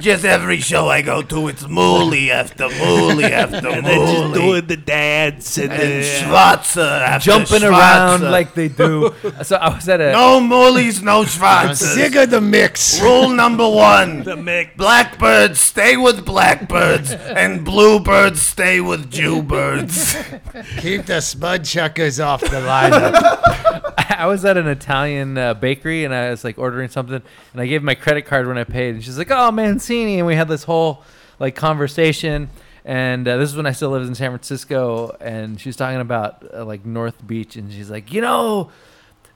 just every show I go to, it's mouli after [LAUGHS] mouli after And they're just doing the dance and, the Schwarzer after Jumping around like they do. So I was at a. no moulis, no Schwarzers. Sick of the mix. Rule number one. the mix. Blackbirds stay with blackbirds, and bluebirds stay with Jewbirds. Keep the spud chuckers off the lineup. [LAUGHS] I was at an Italian uh, bakery and I was like ordering something and I gave my credit card when I paid and she's like, "Oh, Mancini," and we had this whole like conversation. And uh, this is when I still lived in San Francisco, and she's talking about uh, like North Beach, and she's like, "You know."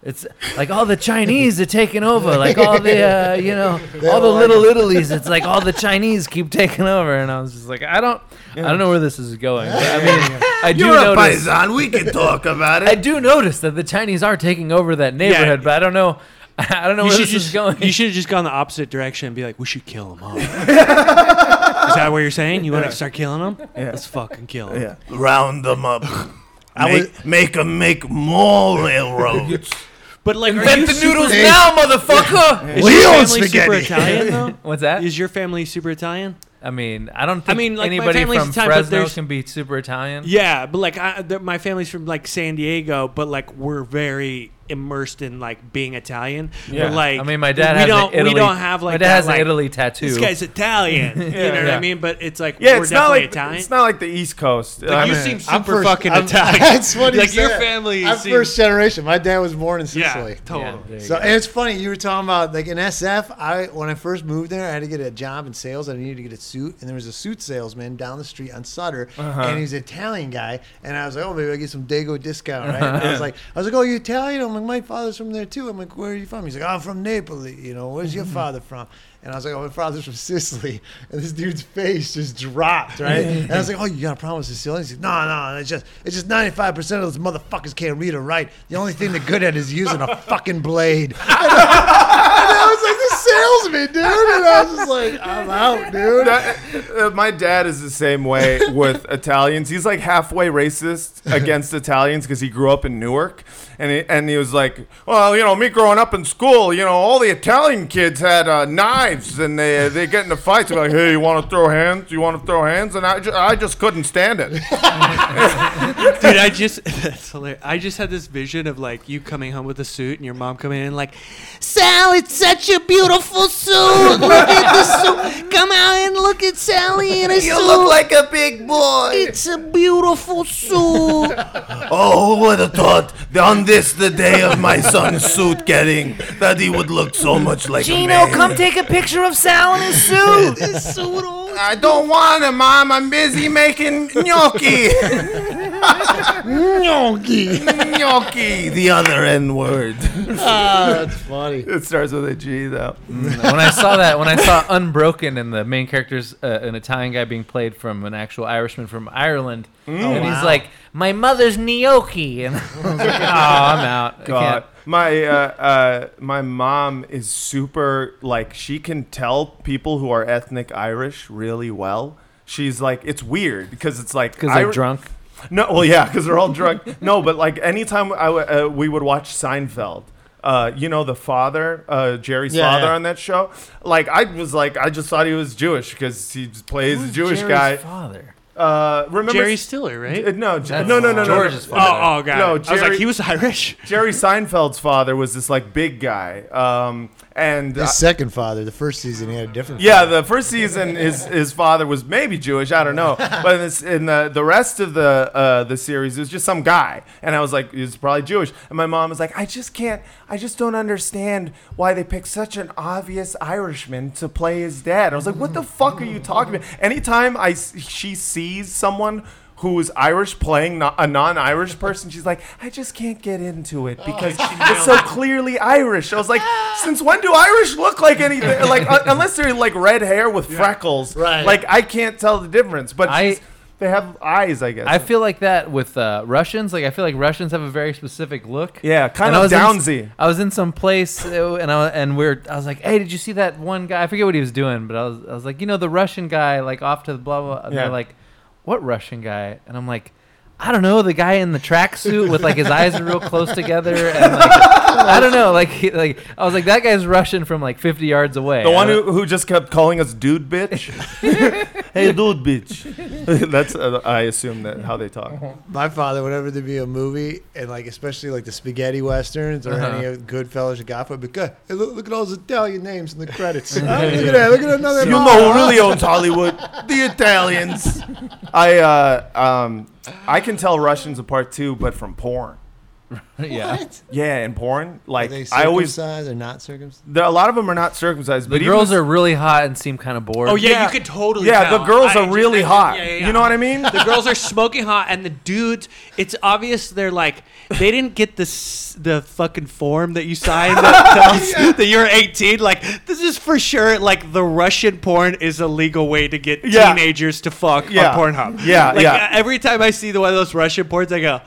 It's like all the Chinese are taking over, like all the uh, you know, all the little Italies. It's like all the Chinese keep taking over, and I was just like, I don't, I don't know where this is going. But, I [LAUGHS] mean, I do You're a notice. paisan. We can talk about I [LAUGHS] it. do notice that the Chinese are taking over that neighborhood, but I don't know. [LAUGHS] I don't know You where should this just is going. [LAUGHS] You should have just gone the opposite direction and be like, "We should kill them all." is that what you're saying? You want to start killing them? Let's fucking kill them. Yeah. Round them up. Make- make them make more railroads. But like, are you Invent the super- noodles Hey. [LAUGHS] now, motherfucker! Is We your own family super spaghetti. Italian though? [LAUGHS] What's that? Is your family super Italian? I mean, I don't think mean, like, my anybody family's from Italian, but Fresno there's- can be super Italian. Yeah, but like I, th- my family's from like San Diego, but like we're very immersed in like being Italian. Yeah. But like I mean, my dad we has don't an Italy. we don't have like my dad that, has like, an Italy tattoo. This [LAUGHS] guy's Italian. you know what Yeah. I mean? But it's like Yeah, we're it's not definitely like Italian. it's not like the East Coast. I you mean, seem super I'm first- [LAUGHS] fucking I'm- [LAUGHS] Italian. That's what he Like, your said. family I'm seems- first generation. My dad was born in Sicily. yeah, totally. Yeah, there you So go. and it's funny you were talking about like in SF. I when I first moved there, I had to get a job in sales. I needed to get a suit, and there was a suit salesman down the street on Sutter, Uh-huh. and he was an Italian guy. And I was like, oh, maybe I get some Dago discount, Uh-huh. right? And I was like, I was like, oh, you Italian? I'm like, my father's from there too. I'm like, where are you from? He's like, I'm from Napoli. You know, where's your father from? And I was like, oh, my father's from Sicily. [LAUGHS] And this dude's face just dropped, right? And I was like, oh, you got a problem with Sicilian? He's like, no, no, it's just, it's just 95% of those motherfuckers can't read or write. The only thing they're good at is using [LAUGHS] a fucking blade. And I was like, the salesman, dude. And I was just like, I'm out, dude. That- uh, my dad is the same way [LAUGHS] with Italians. He's like halfway racist against Italians because he grew up in Newark, and he, and he was like, well, you know, me growing up in school, you know, all the Italian kids had uh, knives and they they get into fights. They're like, hey, you want to throw hands? You want to throw hands? And I, ju- I just couldn't stand [LAUGHS] it. Dude, [LAUGHS] I just [LAUGHS] that's hilarious. I just had this vision of like you coming home with a suit and your mom coming in like, Sal, it's such a beautiful suit. Look at the [LAUGHS] suit. Come out and look at Sally in a suit. like a big boy. it's a beautiful [LAUGHS] suit. Oh, who would have thought on this, the day of my son's suit getting, that he would look so much like Gino, a man? come take a picture of Sal in his suit. I don't want it, Mom. I'm busy making [LAUGHS] gnocchi. gnocchi. gnocchi. The other N word. That's funny. It starts with a G, though. when Mm, I saw that, when I saw Unbroken and the main character's uh, an Italian guy being played from an actual Irishman from Ireland, Mm. Oh, and he's like, "My mother's gnocchi," [LAUGHS] and I was like, "Oh, I'm out." I God. can't. My uh, uh, my mom is super like she can tell people who are ethnic Irish really well. She's like it's weird because it's like Because I'm Iri- drunk. No, well yeah, because they're all drunk. no, but like anytime I w- uh, we would watch Seinfeld. Uh, you know the father, uh, Jerry's Yeah, father yeah. on that show. Like I was like I just thought he was Jewish because he just plays a Jewish Jerry's guy. Father. Uh, remember Jerry Stiller, right? Uh, Oh, No, Jer- That's no, no, no, no, George's no. father. oh, god. No, I was Jerry- like, he was Irish. Jerry Seinfeld's father was this like big guy, um, and uh, His second father, the first season, he had a [LAUGHS] different. yeah, the first season his his father was maybe Jewish, I don't know, but in, this, in the the rest of the uh, the series it was just some guy, and I was like, he's probably Jewish, and my mom was like, I just can't, I just don't understand why they picked such an obvious Irishman to play his dad. I was like, what the fuck are you talking about? Anytime I s- she sees someone. Who is Irish playing no- a non-Irish person? She's like, I just can't get into it because it's so clearly Irish. I was like, since when do Irish look like anything? Like un- unless they're like red hair with freckles, Right. Like I can't tell the difference. But I- she's- they have eyes, I guess. I feel like that with uh, Russians. Like I feel like Russians have a very specific look. Yeah, kind And I of was in- downsy. I was in some place uh, and I and we are I was like, hey, did you see that one guy? I forget what he was doing, but I was I was like, you know, the Russian guy, like off to the blah blah. And Yeah. they're like, what Russian guy? And I'm like. I don't know, the guy in the tracksuit with like his eyes are real close together, and like, [LAUGHS] I don't know, like he, like I was like that guy's rushing from like 50 yards away. The I one don't- who, who just kept calling us dude [LAUGHS] bitch. [LAUGHS] hey dude bitch. [LAUGHS] That's uh, I assume that how they Uh-huh. talk. My father, whenever there'd be a movie, and like especially like the spaghetti westerns or Uh-huh. any of Goodfellas or Godfather, because hey, look, look at all those Italian names in [LAUGHS] the credits. Oh, look at that! Look at another. You mom, know huh? who really owns Hollywood? [LAUGHS] The Italians. I uh, um, I can tell Russians apart too, but from porn. yeah. Yeah, in porn, Are like they I always, circumcised or not circumcised? there, a lot of them are not circumcised, The but girls even, are really hot and seem kind of bored. Oh yeah, Yeah. you could totally. Yeah, tell. the girls I are ju- really I ju- hot. yeah, yeah, You know yeah. what I mean? The girls are smoking hot, and the dudes. It's obvious they're like they didn't get this the fucking form that you [LAUGHS] signed that tells that you're 18. Like this is for sure. Like the Russian porn is a legal way to get Yeah. teenagers to fuck Yeah. on Pornhub. Yeah, like, yeah. uh, Every time I see the one of those Russian porns, I go.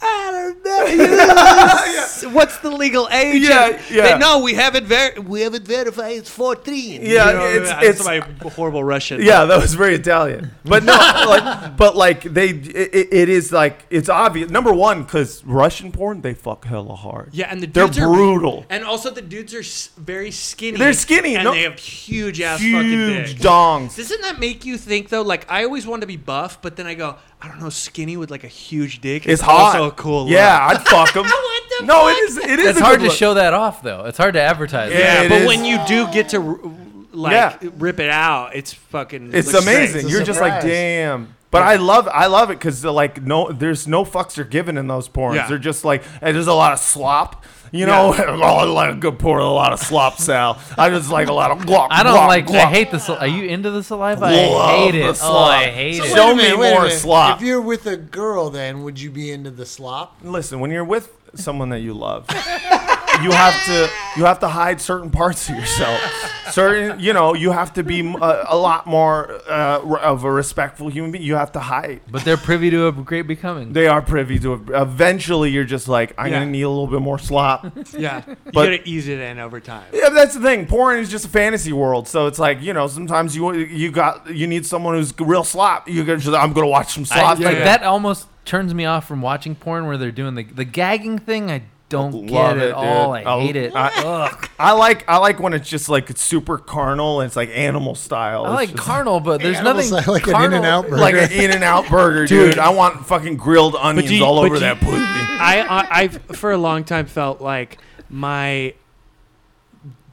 I [LAUGHS] don't know. What's the legal age? Yeah, And yeah. They, no, we haven't ver- we haven't verified. It's fourteen. Yeah, it's- it's- my horrible [LAUGHS] Russian. yeah, that was very Italian. But no, [LAUGHS] like, but like they, it, it is like it's obvious. Number one, because Russian porn, they fuck hella hard. Yeah, and the They're dudes are- brutal. and also the dudes are s- very skinny. They're skinny, and no- they have huge ass fucking Huge dicks. dongs. Doesn't that make you think though? Like I always wanted to be buff, but then I go, I don't know, skinny with like a huge dick. It's is hot. Also a cool. look. Yeah, I'd [LAUGHS] fuck them. What the no, fuck? it is. It is. It's a hard good to look. show that off though. It's hard to advertise. Yeah. that. it but is. when you do get to r- like Yeah. rip it out, it's fucking. It's looks great. amazing. It's a You're just like, surprise. damn. But I love, I love it because like no, there's no fucks are given in those porns. Yeah. They're just like, and there's a lot of slop. You know, [LAUGHS] oh, I like a good porn, a lot of slop, Sal. I just like a lot of glop. I don't glop, like. I glop. hate the. Sal- are you into the saliva? I Love hate the it. Oh, slop. I hate So it. wait- Show me more slop. If you're with a girl, then would you be into the slop? Listen, when you're with someone that you love, you have to you have to hide certain parts of yourself. Certain, you know, you have to be uh, a lot more uh, of a respectful human being. You have to hide. But they're privy to a great becoming. They are privy to. it. Eventually, you're just like, I'm Yeah. gonna need a little bit more slop. Yeah, you But- gotta ease it in over time. yeah, that's the thing. Porn is just a fantasy world, so it's like you know, sometimes you you got you need someone who's real slop. You gonna just, I'm gonna watch some I, slop. like today. that almost turns me off from watching porn where they're doing the the gagging thing. I don't Love get it it, at all. dude. I I- hate it. I- Ugh. I like I like when it's just like it's super carnal and it's like animal style. I It's like just- carnal, but there's Animals nothing are like an carnal- In-N-Out burger. [LAUGHS] like an in and out burger, dude. I want fucking grilled onions you- all but over you- that pussy. [LAUGHS] I, I I've for a long time felt like my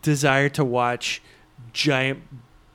desire to watch giant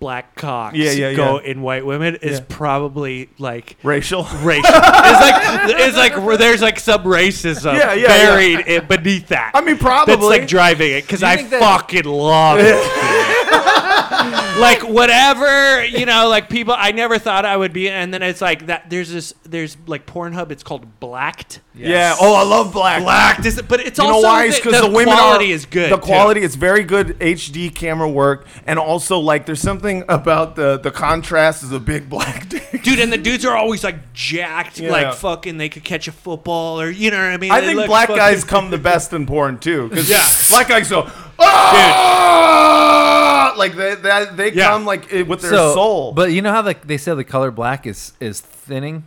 black cocks Yeah, yeah, go yeah. in white women is Yeah. probably like Racial. racial. it's like it's like there's like some racism Yeah, yeah, buried in- beneath that. I mean, that's probably. like driving it because you I think that- fucking love it. [LAUGHS] like whatever you know, like people I never thought I would be, and then it's like that. There's this. There's like Pornhub. It's called Blacked. yeah. Oh, I love black. Blacked is, but it's You know also why? It's the, because the, women quality are, is good. The too. quality is very good HD camera work, and also like there's something about the the contrast is a big black dick. Dude, and the dudes are always like jacked, Yeah. like fucking. They could catch a football, or you know what I mean. I [LAUGHS] They think look black fucking- guys [LAUGHS] come the best in porn too. Because Yeah. black guys go, oh, like they they, they Yeah. come like eh, with their So, soul. but you know how the, they say the color black is is thinning,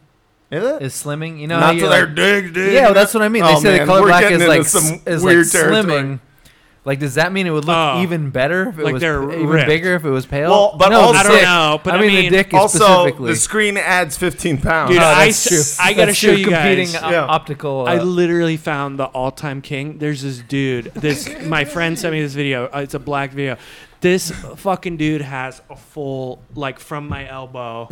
is it? is slimming. You know, how Not you, to like- their dig, dude. Yeah, well, that's what I mean. They Oh, say the man, color we're black getting is into like some s- is like weird territory. slimming. Like, does that mean it would look Oh. even better if it Like was they're p- even ripped. bigger if it was pale? Well, but no, also- the I don't dick. know, but I mean- the dick is Also, specifically. [LAUGHS] [LAUGHS] the screen adds 15 pounds. Dude, Oh, I that's s- true. I gotta That's show true. you competing guys. o- Yeah. optical. I uh, literally found the all-time king. There's this dude. This my friend sent me this video. Uh, It's a black video. This fucking dude has a full like from my [LAUGHS] elbow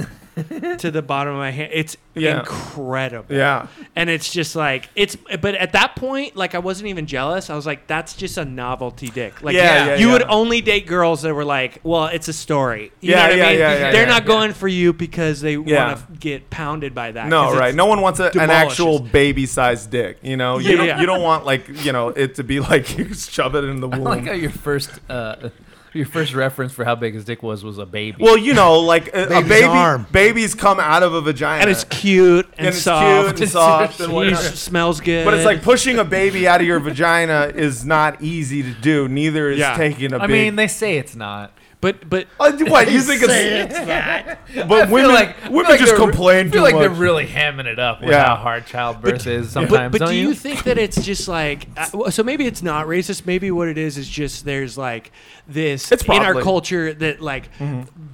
to the bottom of my hand. It's Yeah. incredible. yeah. And it's just like it's but at that point like I wasn't even jealous. I was like that's just a novelty dick. Like Yeah, yeah, you yeah. would only date girls that were like, well, it's a story. You Yeah, know what yeah, I mean? yeah, yeah, They're yeah, not yeah. going for you because they Yeah. want to get pounded by that. 'cause No, it's- right. No one wants a, an demolishes. actual baby-sized dick. You know, you, Yeah, don't, yeah. you don't want like you know it to be like [LAUGHS] you shove it in the [LAUGHS] I like how womb. your first uh, your first reference for how big his dick was was a baby. Well, you know, like a, a Baby's baby, arm. babies come out of a vagina, and it's cute and, And it's soft. [LAUGHS] cute and soft and It whatnot. smells good. But it's like pushing a baby out of your vagina is not easy to do. Neither is Yeah. taking a. I big mean, they say it's not. But but Uh, [LAUGHS] what you think Say [LAUGHS] it's? it's not. But I women, feel like, I feel women like just they're- complain I feel too like much. they're really hamming it up with Yeah. how hard childbirth is sometimes. but, but don't do you? you think that it's just like uh, well, so maybe it's not racist maybe what it is is just there's like this It's in our probably- Mm-hmm. culture that like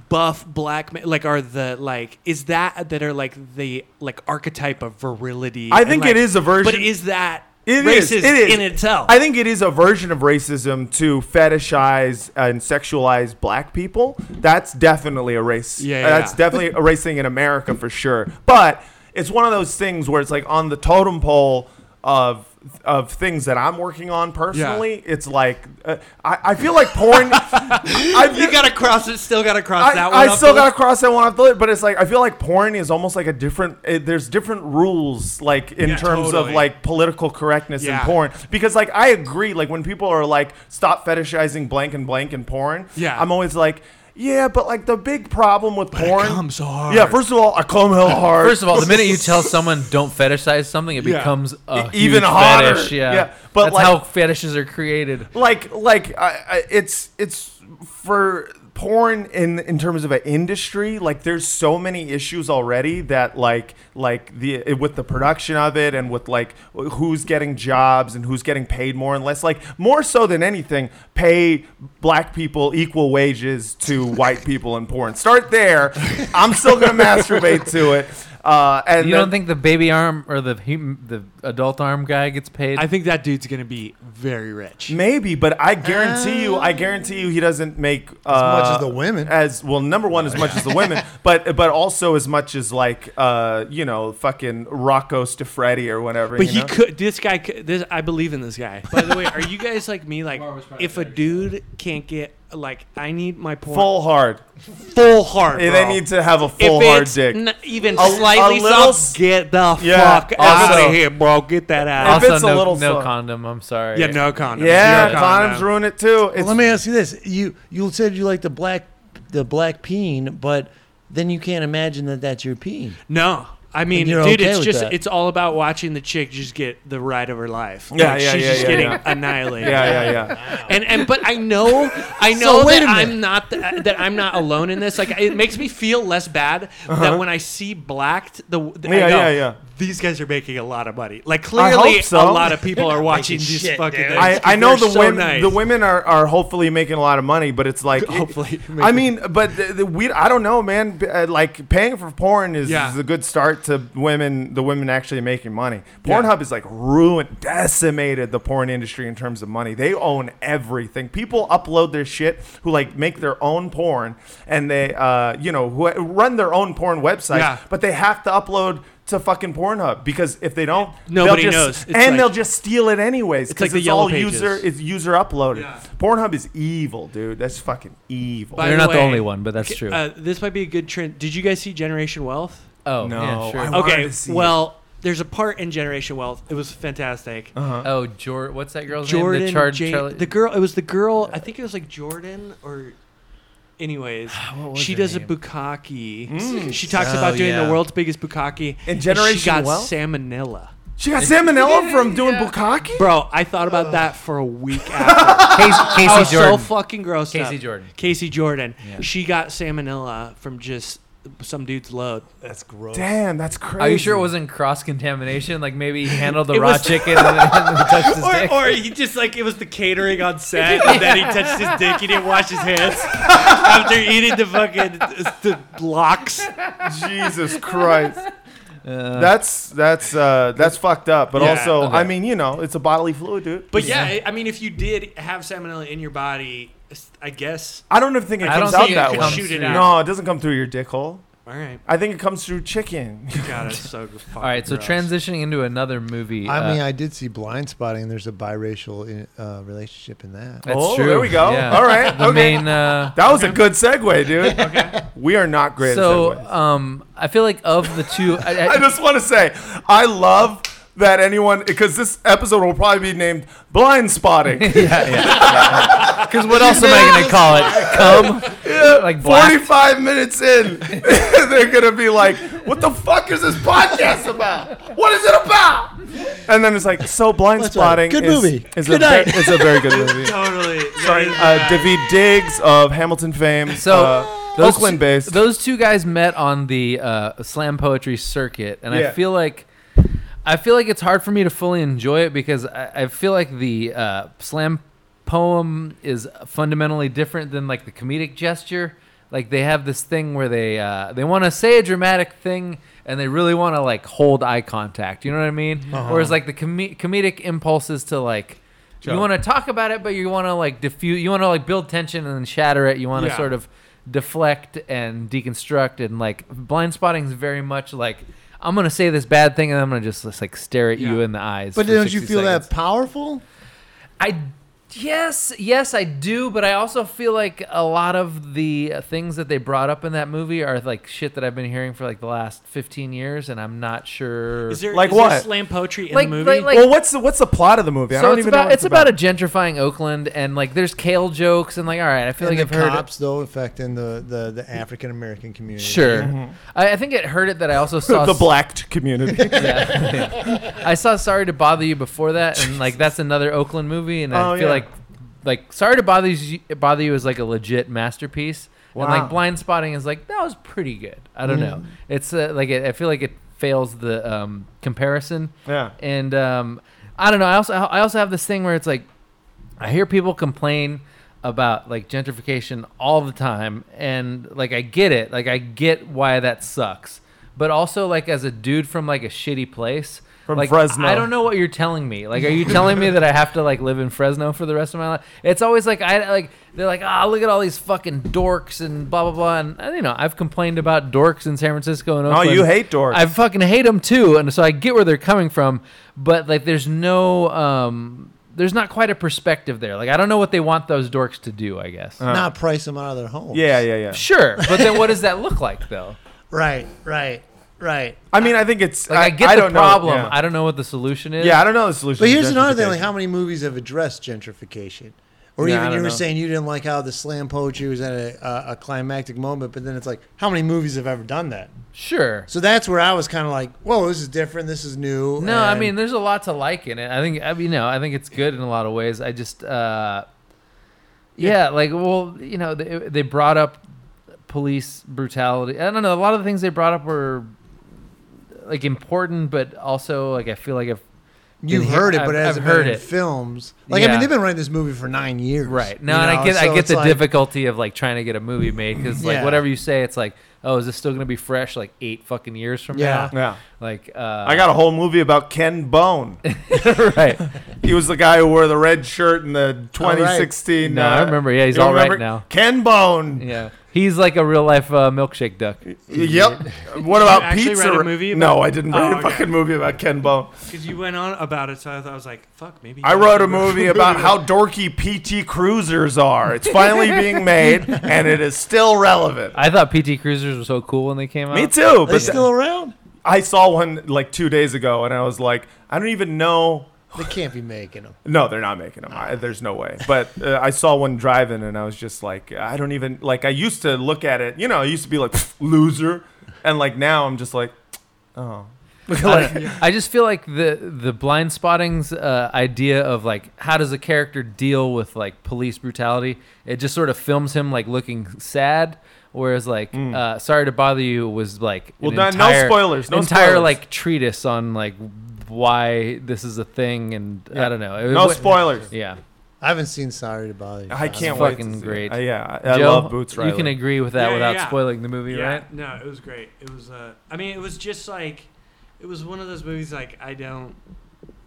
buff black men like are the like is that that are like the like archetype of virility I and, think it like- is a version- but is that It is, racist It is. in itself I think it is a version of racism to fetishize and sexualize black people. That's definitely a race. Yeah, yeah, that's yeah. definitely a race thing in America for sure. But it's one of those things where it's like on the totem pole of of things that I'm working on personally. It's like uh, I, I feel like [LAUGHS] porn. I, you gotta cross it still gotta cross I, that one I off still the gotta list. cross that one off the list, but it's like I feel like porn is almost like a different. It, there's different rules, like in Yeah, terms totally. of like political correctness Yeah. in porn. Because like I agree, like when people are like stop fetishizing blank and blank in porn. Yeah. I'm always like, yeah, but like the big problem with porn. comes so hard. Yeah, first of all, I come hell hard. First of all, the minute you tell someone don't fetishize something, it Yeah. becomes a E- even huge hotter. fetish. Yeah, Yeah, but that's like- how fetishes are created. [LAUGHS] like like I, I, it's it's for porn in in terms of an industry like there's so many issues already that like like the with the production of it and with like who's getting jobs and who's getting paid more and less like more so than anything pay black people equal wages to white people in porn start there i'm still gonna masturbate to it uh and You then- don't think the baby arm or the hum- the adult arm guy gets paid? I think that dude's gonna be very rich Maybe, but I guarantee you, Oh. I guarantee you, he doesn't make uh, much as the women. As well, number one, as much as the women, but but also as much as like uh, you know, fucking Rocco Stefredi or whatever. But you he know? could. This guy. could- This I believe in this guy. By the way, are you guys like me? Like, if a dude can't get like, I need my porn full hard. full hard. They bro. need to have a If full hard it's dick. n- even A- a slightly little soft. s- Get the Yeah, fuck out also- of here, bro. Get that out. If also, it's a no, little no so- condom. I'm sorry. yeah, no condom. yeah, no condoms ruin it too. It's, Well, let me ask you this: you you said you like the black the black peen, but then you can't imagine that that's your peen. No. I mean, you're dude, okay it's with just that. it's all about watching the chick just get the ride of her life. Yeah, Like, yeah, she's yeah, just yeah, getting yeah. annihilated. yeah, yeah, yeah. and and but I know I know that I'm not th- that I'm not alone in this. Like it makes me feel less bad that when I see blacked the the- I Uh-huh. Yeah, go, yeah, yeah. These guys are making a lot of money. Like I hope clearly so. a lot of people are watching these fucking. Things I, I know the women women. the women are, are hopefully making a lot of money, but it's like [LAUGHS] Hopefully I making- mean, but the, the, we I don't know, man. B- uh, Like paying for porn is, Yeah. is a good start to women. The women actually making money. Pornhub is like ruined, decimated the porn industry in terms of money. They own everything. People upload their shit who like make their own porn and they uh you know who run their own porn website, Yeah. but they have to upload. To fucking Pornhub because if they don't, they'll Nobody just- knows. It's and like- they'll just steal it anyways. like Because it's, the Yellow all Pages. user, it's user uploaded. Yeah. Pornhub is evil, dude. That's fucking evil. By You're the not the way, only one, but that's true. Uh, this might be a good trend. Did you guys see Generation Wealth? oh, no, yeah, sure. I wanted Okay, to see well, there's a part in Generation Wealth. It was fantastic. Uh-huh. Oh, Jor- what's that girl's Jordan, name? The Char- Jane- Charlie- the girl. It was the girl. I think it was like Jordan or. [SIGHS] Anyways, was she her does name? a bukkake. She talks Oh, about doing yeah. the world's biggest bukkake. and Generation she got Wealth? salmonella. she got salmonella from doing bukkake. Bro, I thought about that for a [LAUGHS] week [LAUGHS] after. Casey, Casey I was so Jordan. fucking grossed Casey up. Jordan. Casey Jordan. Yeah. She got salmonella from just some dude's load. That's gross. Damn, that's crazy. Are you sure it wasn't cross contamination? Like maybe he handled the It raw was- chicken and then [LAUGHS] and then touched his dick. Or, or he just like it was the catering on [LAUGHS] set, and then he touched his dick. He didn't wash his hands [LAUGHS] after eating the fucking the blocks. [LAUGHS] Jesus Christ. that's that's uh, that's fucked up. But Yeah, also, okay. I mean, you know, it's a bodily fluid, dude. But yeah, I- I mean, if you did have salmonella in your body, I guess. I don't even think it I comes don't out think it that way. comes Shoot it through. out. No, it doesn't come through your dick hole. All right, I think it comes through chicken. [LAUGHS] God, [LAUGHS] it's so fucking All right, so gross. transitioning into another movie. I uh, mean, I did see blind spotting. There's a biracial uh, relationship in that. that's oh, true. there we go. All right, The okay. main. Uh, That was a good segue, dude. okay. We are not great so, at segues. um, I feel like of the two, I, I, [LAUGHS] [LAUGHS] I just want to say, I love that anyone because this episode will probably be named "Blind Spotting." Because what else am I gonna [LAUGHS] call it? Come, like black. Forty-five minutes in, [LAUGHS] they're gonna be like, "What the fuck is this podcast about? What is it about?" And then it's like so blind That's right. spotting. Good is, movie. Is Good a ver- night. it's a very good movie. [LAUGHS] totally. Starring uh, David Diggs of Hamilton fame. So uh, those Oakland two, based. Those two guys met on the uh, slam poetry circuit, and Yeah. I feel like I feel like it's hard for me to fully enjoy it because I, I feel like the uh, slam poem is fundamentally different than like the comedic gesture. Like they have this thing where they uh, they want to say a dramatic thing and they really want to like hold eye contact. You know what I mean? Uh-huh. Whereas like the com- comedic impulse is to like you Joke. want to talk about it, but you want to like diffuse. You want to like build tension and then shatter it. You want to Yeah. sort of deflect and deconstruct and like blind spotting is very much like I'm gonna say this bad thing and I'm gonna just, like stare at you in the eyes. But for don't you 60 feel seconds. that powerful? I yes, yes, I do. But I also feel like a lot of the things that they brought up in that movie are like shit that I've been hearing for like the last 15 years, and I'm not sure. Is there, Like is there what? slam poetry in like, the movie? like, like well, what's the, what's the plot of the movie? I so don't it's even know. about what it's about a gentrifying Oakland and like there's kale jokes and like all right I feel and like the I've heard cops though affecting the the, the African American community. sure I, I think it hurt it that I also saw the black community. I saw Sorry to Bother You before that, and like that's another Oakland movie, and I Oh, feel yeah. like like Sorry to Bother You, Bother You is like a legit masterpiece, and Wow. Mm. like Blind Spotting is like that was pretty good. I don't know. It's uh, like it, I feel like it fails the um, comparison, yeah. and um, I don't know. I also I also have this thing where it's like I hear people complain about like gentrification all the time and like I get it. Like I get why that sucks. But also like as a dude from like a shitty place From like, Fresno. I don't know what you're telling me. Like are you telling me that I have to like live in Fresno for the rest of my life? It's always like I like they're like, "Ah, look at all these fucking dorks and blah blah blah." And uh, you know, I've complained about dorks in San Francisco and Oh, Oakland. you hate dorks. I fucking hate them too, and so I get where they're coming from. But like, there's no, um, there's not quite a perspective there. Like, I don't know what they want those dorks to do. I Uh. guess. Not price them out of their homes. yeah, yeah, yeah. Sure, but then what does that look like [LAUGHS] though? Right. Right. Right. I mean, I think it's. Like, I, get the don't know. problem. Yeah. I don't know what the solution is. yeah, I don't know the solution. But to here's another thing: gentrification. like how many movies have addressed gentrification, or Yeah, I even you don't were know. saying you didn't like how the slam poetry was at a, a, a climactic moment, but then it's like how many movies have ever done that? Sure. So that's where I was kind of like, whoa, this is different. This is new. No, I and- mean, there's a lot to like in it. I think, I mean, no, I think it's good in a lot of ways. I just, uh, yeah, like, well, you know, they, they brought up police brutality. I don't know. A lot of the things they brought up were like important, but also like I feel like if you've been heard it, here- but it I've- hasn't I've been heard in it. films. Like I Yeah. mean, they've been running this movie for nine years. right no, you and know? I get So I get it's the like, difficulty of like trying to get a movie made because like Yeah. whatever you say, it's like, oh, is this still gonna be fresh like eight fucking years from Yeah. now? Yeah. Like, uh, [LAUGHS] I got a whole movie about Ken Bone. [LAUGHS] right. He was the guy who wore the red shirt in the Oh, right. 2016. No, uh, I remember. Yeah, he's you all right remember? now. Ken [LAUGHS] Bone. Yeah, he's like a real life uh, milkshake duck. Yep. What about actually pizza? write a movie about- no, I didn't write Oh, a okay. fucking movie about Ken Bone. Because you went on about it, so I, thought, I was like, "Fuck, maybe." I you wrote a should- [LAUGHS] movie about how dorky PT Cruisers are. It's finally being [LAUGHS] made, and it is still relevant. I thought PT Cruisers were so cool when they came out. Me too. Are Uh, they But still around? I saw one like two days ago, and I was like, I don't even know. They can't be making them. No, they're not making them. I, there's no way. But uh, I saw one driving, and I was just like, I don't even like. I used to look at it, you know. I used to be like "Pfft, loser, and like now I'm just like, oh, [LAUGHS] I, don't- I just feel like the the blind spotting's uh, idea of like how does a character deal with like police brutality? It just sort of films him like looking sad, whereas like uh, sorry to bother you was like Mm. Well, an no- no entire- spoilers, no entire spoilers. like treatise on like why this is a thing, and I don't know. It no wa- spoilers. Yeah, I haven't seen Sorry to Bother You. I can't wait. fucking to see it. great. Uh, yeah, I I Joe, love Boots Riley. You can agree with that Yeah, without yeah, yeah. spoiling the movie, Yeah, right? no, it was great. It was. Uh, I mean, it was just like, it was one of those movies. Like, I don't.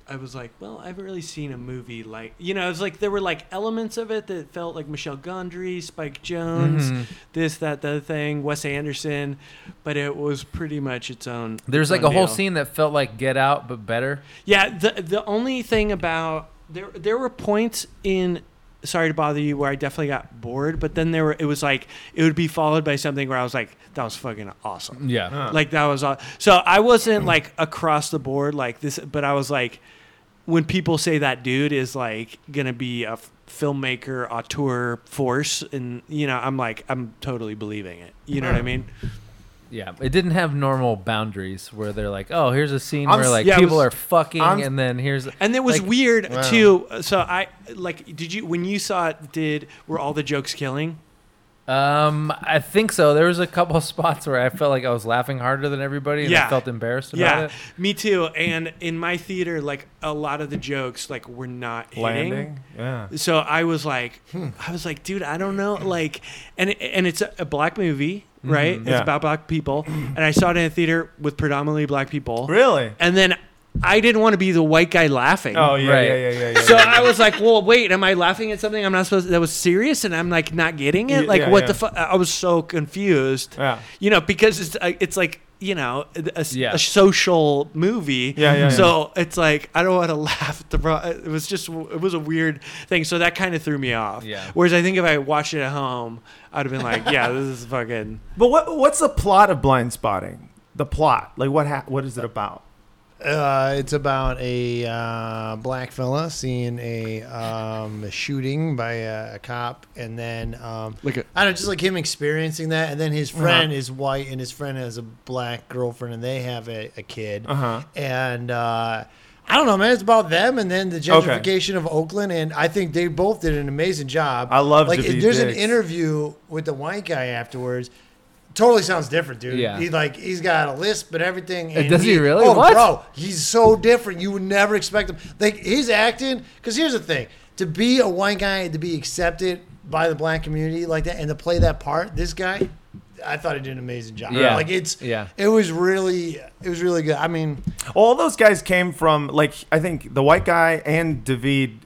I was like, well, I've really seen a movie like, you know, it was like there were like elements of it that felt like Michelle Gondry, Spike Jones, Mhm. this, that, the other thing, Wes Anderson, but it was pretty much its own. There's its like own a whole deal. scene that felt like Get Out, but better. Yeah, the the only thing about there there were points in Sorry to bother you where I definitely got bored, but then there were it was like it would be followed by something where I was like that was fucking awesome. Yeah. Like that was aw- so I Hmm. wasn't like across the board like this, but I was like when people say that dude is like gonna be a f- filmmaker auteur force and you know i'm like i'm totally believing it you know what i mean Yeah, it didn't have normal boundaries where they're like, oh, here's a scene I'm where s- like yeah, I people was- are fucking, I'm- and then here's And it was like, weird too. So I like, did you when you saw it? Did were all the jokes killing? Um, I think so. There was a couple [LAUGHS] of spots where I felt like I was laughing harder than everybody, and Yeah. I felt embarrassed about Yeah, it. me too. And in my theater, like a lot of the jokes, like were not hitting. landing. Yeah. So I was like, Hmm. I was like, dude, I don't know, like, and and it's a, a black movie, right? Mm-hmm. Yeah. It's about [CLEARS THROAT] black people, and I saw it in a theater with predominantly black people. Really? And then I didn't want to be the white guy laughing. Oh yeah, Right. yeah, yeah, yeah, yeah. So yeah. I was like, well, wait, am I laughing at something I'm not supposed that was serious and I'm like not getting it? Yeah, Like yeah, what yeah. the fuck? I was so confused. Yeah. You know, because it's uh, it's like, you know, a, a- Yeah. a social movie. Yeah, yeah, yeah. So it's like I don't want to [LAUGHS] laugh at the wrong- it was just it was a weird thing. So that kind of threw me off. Yeah. Whereas I think if I watched it at home, I'd have been like, yeah, this is fucking [LAUGHS] but what what's the plot of blind spotting? The plot, like what ha- what is it about? Uh, it's about a uh, black fella seeing a, um, a shooting by a, a cop, and then um, Like a- I don't know, just like him experiencing that, and then his friend is white, and his friend has a black girlfriend, and they have a, a kid, Uh-huh. and uh, I don't know, man, it's about them, and then the gentrification of Oakland, and I think they both did an amazing job. I love like Daveed there's an Diggs. interview with the white guy afterwards. Totally sounds different, dude. Yeah. He like he's got a lisp and everything. And does he really? Oh, What? bro, Oh, he's so different. You would never expect him. Like he's acting. Because here's the thing: to be a white guy, to be accepted by the black community like that, and to play that part, this guy, I thought he did an amazing job. Yeah. like it's Yeah. it was really it was really good. I mean, All those guys came from like I think the white guy and David.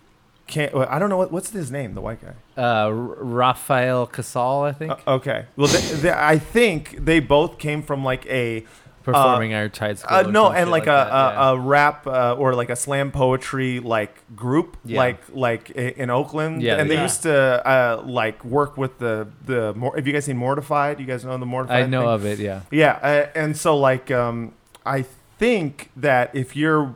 Can't, well, I don't know what, what's his name. The white guy. Uh, R- Rafael Casal, I think, Uh, okay. Well, they, they, I think they both came from like a performing our tight school. Uh, or no, some and shit like, a, that, yeah. a, a rap uh, or like a slam poetry like group, Yeah. like like i- in Oakland, Yeah, and they yeah. used to uh, like work with the the. Mor- have you guys seen Mortified? You guys know the Mortified? I know thing? of it. Yeah, Yeah, uh, and so like um, I think that if you're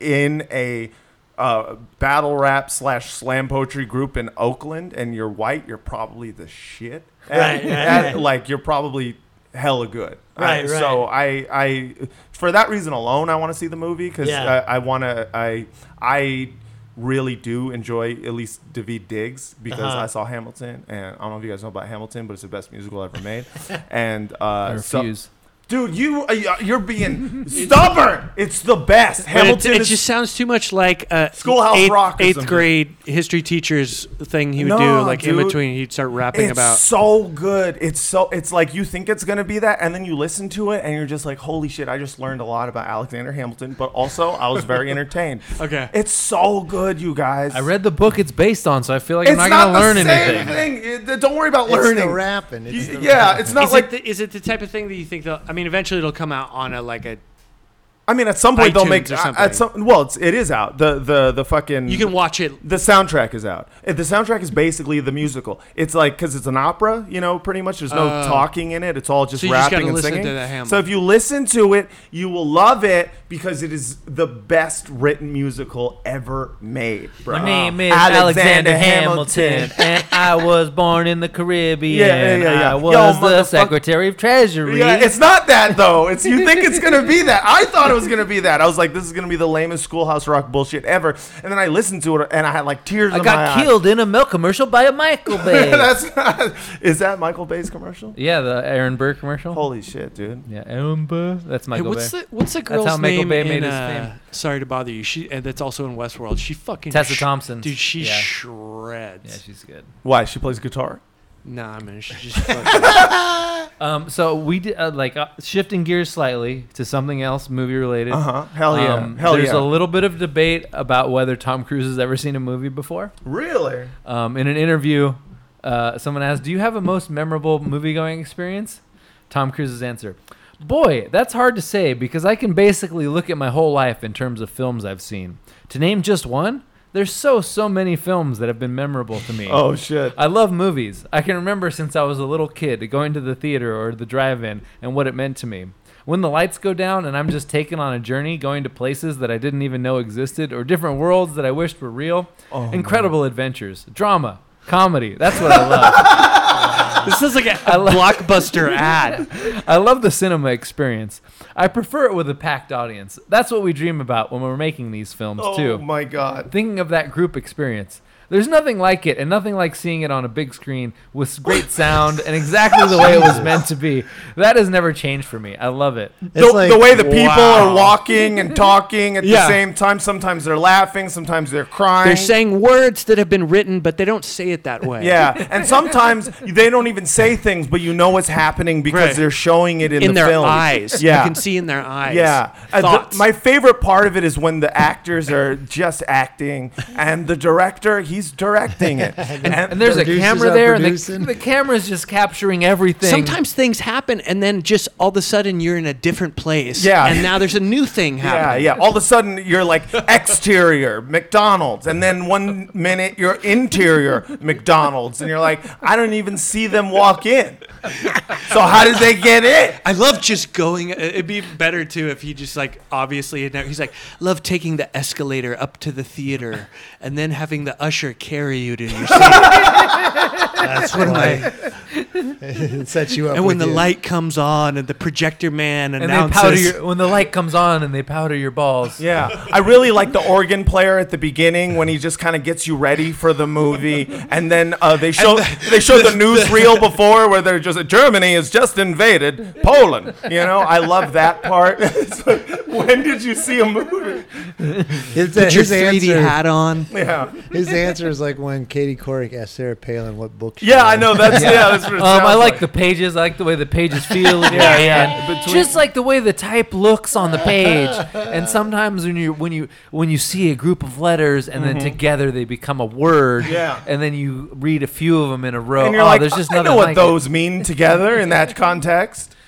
in a uh, battle rap slash slam poetry group in Oakland and you're white, you're probably the shit. At- at- Like you're probably hella good. Right, Uh, right. So I, I, for that reason alone, I want to see the movie because Yeah. I, I want to. I, I really do enjoy at least David Diggs because Uh-huh. I saw Hamilton and I don't know if you guys know about Hamilton, but it's the best musical ever [LAUGHS] made. and uh, I refuse. Dude, you uh, you're being stubborn. It's the best. But it- Hamilton It, is just sounds too much like a Schoolhouse eighth, Rock or eighth something. grade history teacher's thing he would No, do. Like in dude. between, he'd start rapping it's about. so good. It's so it's like you think it's gonna be that, and then you listen to it, and you're just like, holy shit! I just learned a lot about Alexander Hamilton, but also I was very entertained. [LAUGHS] Okay. it's so good, you guys. I read the book it's based on, so I feel like It's I'm not, gonna learn the same anything. thing. It- Don't worry about learning. it's the rapping. It's Y- the yeah, rapping. it's not is, like. it the, is it the type of thing that you think they'll? I mean, eventually it'll come out on a like a. I mean, at some point they'll make. iTunes or uh, something. At some, well, it's, it is out. The the the fucking. You can watch it. The soundtrack is out. Uh, The soundtrack is basically the musical. It's like because it's an opera, you know, pretty much. There's no Oh. talking in it. It's all just So you just rapping gotta and listen singing. to the Hamlet. so if you listen to it, you will love it because it is the best written musical ever made. Bro. My name is Alexander, Hamilton, and I was born in the Caribbean. Yeah, yeah, yeah, yeah. I Yo, was the motherfuck- Secretary of Treasury. Yeah, it's not that though. It's you think it's gonna be that. I thought it was gonna be that. I was like, this is gonna be the lamest Schoolhouse Rock bullshit ever. And then I listened to it, and I had like tears. I in my got eyes. killed in a milk commercial by a [LAUGHS] Michael Bay. That's not. Is that Michael Bay's commercial? yeah, the Aaron Burr Oh. commercial. Holy shit, dude. Yeah, Aaron Burr. That's Hey, Michael what's Bay. the what's the That's girl's how Michael name? Bay made in, his uh, fame. Sorry to bother you. She and that's also in Westworld. She fucking Tessa sh- Thompson. Dude, she Yeah. shreds. yeah, she's good. Why? She plays guitar. nah, man, she just. [LAUGHS] fucking- Um, so we did uh, like uh, shifting gears slightly to something else movie related. Uh huh. Hell yeah. Um, Hell there's yeah. a little bit of debate about whether Tom Cruise has ever seen a movie before. really? Um, in an interview, uh, someone asked, "Do you have a most memorable movie-going experience?" Tom Cruise's answer: "Boy, that's hard to say because I can basically look at my whole life in terms of films I've seen. To name just one, there's so so many films that have been memorable to me. Oh shit. I love movies. I can remember since I was a little kid going to the theater or the drive in and what it meant to me. When the lights go down and I'm just taken on a journey going to places that I didn't even know existed or different worlds that I wished were real. Incredible adventures, drama, comedy. That's what I love. This is like a, a blockbuster [LAUGHS] ad. I love the cinema experience. I prefer it with a packed audience. That's what we dream about when we're making these films, Oh too. my god. Thinking of that group experience. There's nothing like it, and nothing like seeing it on a big screen with great sound and exactly the way it was meant to be. That has never changed for me. I love it. The, like- the way the people are Wow. walking and talking at Yeah. the same time. Sometimes they're laughing. Sometimes they're crying. They're saying words that have been written, but they don't say it that way. Yeah, and sometimes they don't even say things, but you know what's happening because Right. they're showing it in, In the their film. eyes. Yeah, You can see in their eyes. Yeah, Uh, the- Thoughts. my favorite part of it is when the actors are just acting, and the director he's directing [LAUGHS] it. and, And there's a Producers camera are there, and the, producing. the camera's just capturing everything. Sometimes things happen, and then just all of a sudden you're in a different place. Yeah. And now there's a new thing yeah, happening. yeah. All of a sudden you're like exterior [LAUGHS] McDonald's, and then one minute you're interior McDonald's, and you're like, I don't even see them walk in. So how did they get in? I love just going. uh, It'd be better too if he just like obviously had never- he's like love taking the escalator up to the theater and then having the usher carry you to your seat. uh, That's what [LAUGHS] I. it sets you up. and when the with you. light comes on and the projector man and they powder announces, your, when the light comes on and they powder your balls. Yeah, I really like the organ player at the beginning when he just kind of gets you ready for the movie, and then uh, they show they show the newsreel before where they're just Germany has just invaded Poland. You know, I love that part. [LAUGHS] It's like, when did you see a movie? His, put your his 3D answer, hat on. Yeah, his answer is like when Katie Couric asked Sarah Palin what book. She yeah, I read. know that's yeah. that's what it Um, I sounds like the pages. I like the way the pages feel. [LAUGHS] in your Yeah, hand. yeah. Between- Just like the way the type looks on the [LAUGHS] page. and sometimes when you when you when you see a group of letters and then together they become a word. Mm-hmm. Yeah. And then you read a few of them in a row. And you're oh, like, there's just I nothing know what like it." those mean together in [LAUGHS] that context. Oh,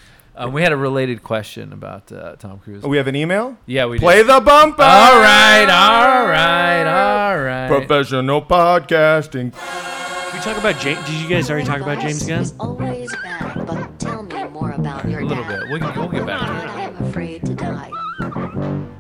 Um, we had a related question about uh, Tom Cruise. We have an email. yeah, we Play did. the bumper. All right, all right, all right. Professional podcasting. We talk about James. Did you guys already talk about James Gunn? He's always bad, but tell me more about your a little dad. bit. We'll, we'll get back. to it. God, I am afraid to die.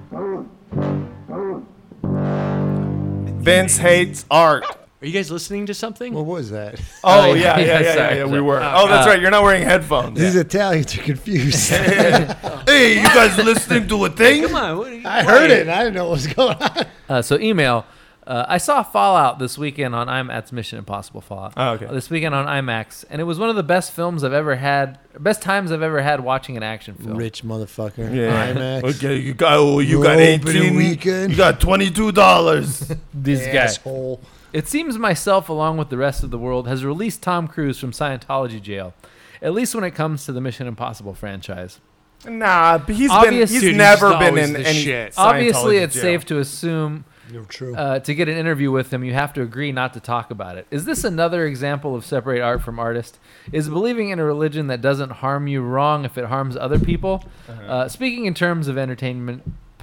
Vince hates art. Are you guys listening to something? What was that? Oh, Oh, [LAUGHS] yeah, yeah, yeah, yeah, yeah, Uh, yeah, sorry, yeah, we sorry. were. Oh, that's right. You're not wearing headphones. These Italians are [LAUGHS] confused. Hey, you guys listening to a thing? Come on. What are you, I heard it. and I didn't know what was going on. Uh, so email. Uh, I saw Fallout this weekend on IMAX Mission Impossible Fallout. Oh, okay. This weekend on IMAX, and it was one of the best films I've ever had, best times I've ever had watching an action film. Rich motherfucker. Yeah. IMAX. Okay, you got oh, you We're got open in eighteen. weekend. You got twenty two dollars. [LAUGHS] This Asshole. It seems myself, along with the rest of the world, has released Tom Cruise from Scientology jail. At least when it comes to the Mission Impossible franchise. Nah, but he's Obvious- been Dude, he's he's never just been always in the any. shit. Obviously, Scientology it's jail. safe to assume No, true. uh, to get an interview with him, you have to agree not to talk about it. Is this another example of separate art from artist? Is believing in a religion that doesn't harm you wrong if it harms other people? Uh, speaking in terms of entertainment,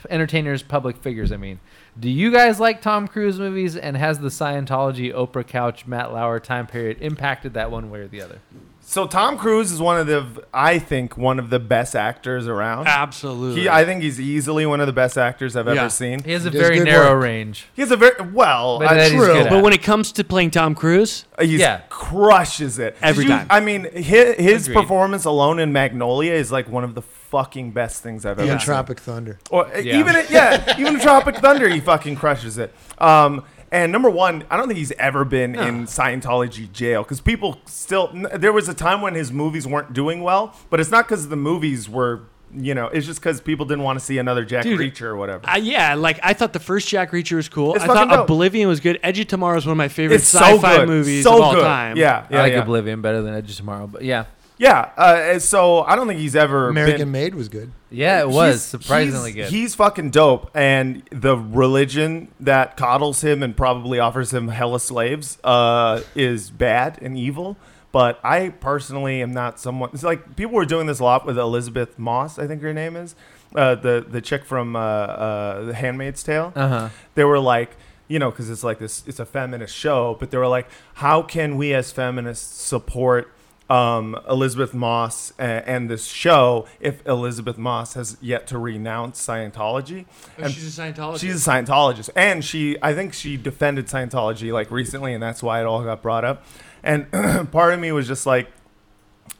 entertainers, public figures, I mean. Do you guys like Tom Cruise movies? And has the Scientology, Oprah Couch, Matt Lauer time period impacted that one way or the other? So Tom Cruise is one of the, I think, one of the best actors around. Absolutely. He, I think he's easily one of the best actors I've Yeah. ever seen. He has a does very good narrow work. range. He has a very well. But uh, that he's true. good at. but when it comes to playing Tom Cruise, He Yeah. crushes it Did Every you- time. I mean, his, his Agreed. performance alone in Magnolia is like one of the fucking best things I've ever Even seen. Tropic Thunder. Or e, Yeah. even it- yeah, even Tropic Thunder, he fucking crushes it. Um, and number one, I don't think he's ever been in Scientology jail because people still. n- There was a time when his movies weren't doing well, but it's not because the movies were. You know, it's just because people didn't want to see another Jack Dude, Reacher or whatever. Uh, yeah, like I thought the first Jack Reacher was cool. It's I fucking thought dope. Oblivion was good. Edge of Tomorrow is one of my favorite it's so sci-fi good, movies so of all good. time. Yeah, yeah, I like yeah. Oblivion better than Edge of Tomorrow, but yeah. yeah. Uh, and so I don't think he's ever American been, Made was good. Yeah, it was He's- surprisingly he's- good. He's fucking dope, and the religion that coddles him and probably offers him hella slaves uh, is bad and evil. But I personally am not someone. It's like people were doing this a lot with Elizabeth Moss, I think her name is, uh, the the chick from uh, uh, The Handmaid's Tale. Uh-huh. They were like. You know, because it's like this, it's a feminist show, but they were like, how can we as feminists support um, Elizabeth Moss a- and this show if Elizabeth Moss has yet to renounce Scientology. Oh, And she's a Scientologist. she's a Scientologist, and she I think she defended Scientology like recently, and that's why it all got brought up. And [CLEARS THROAT] part of me was just like,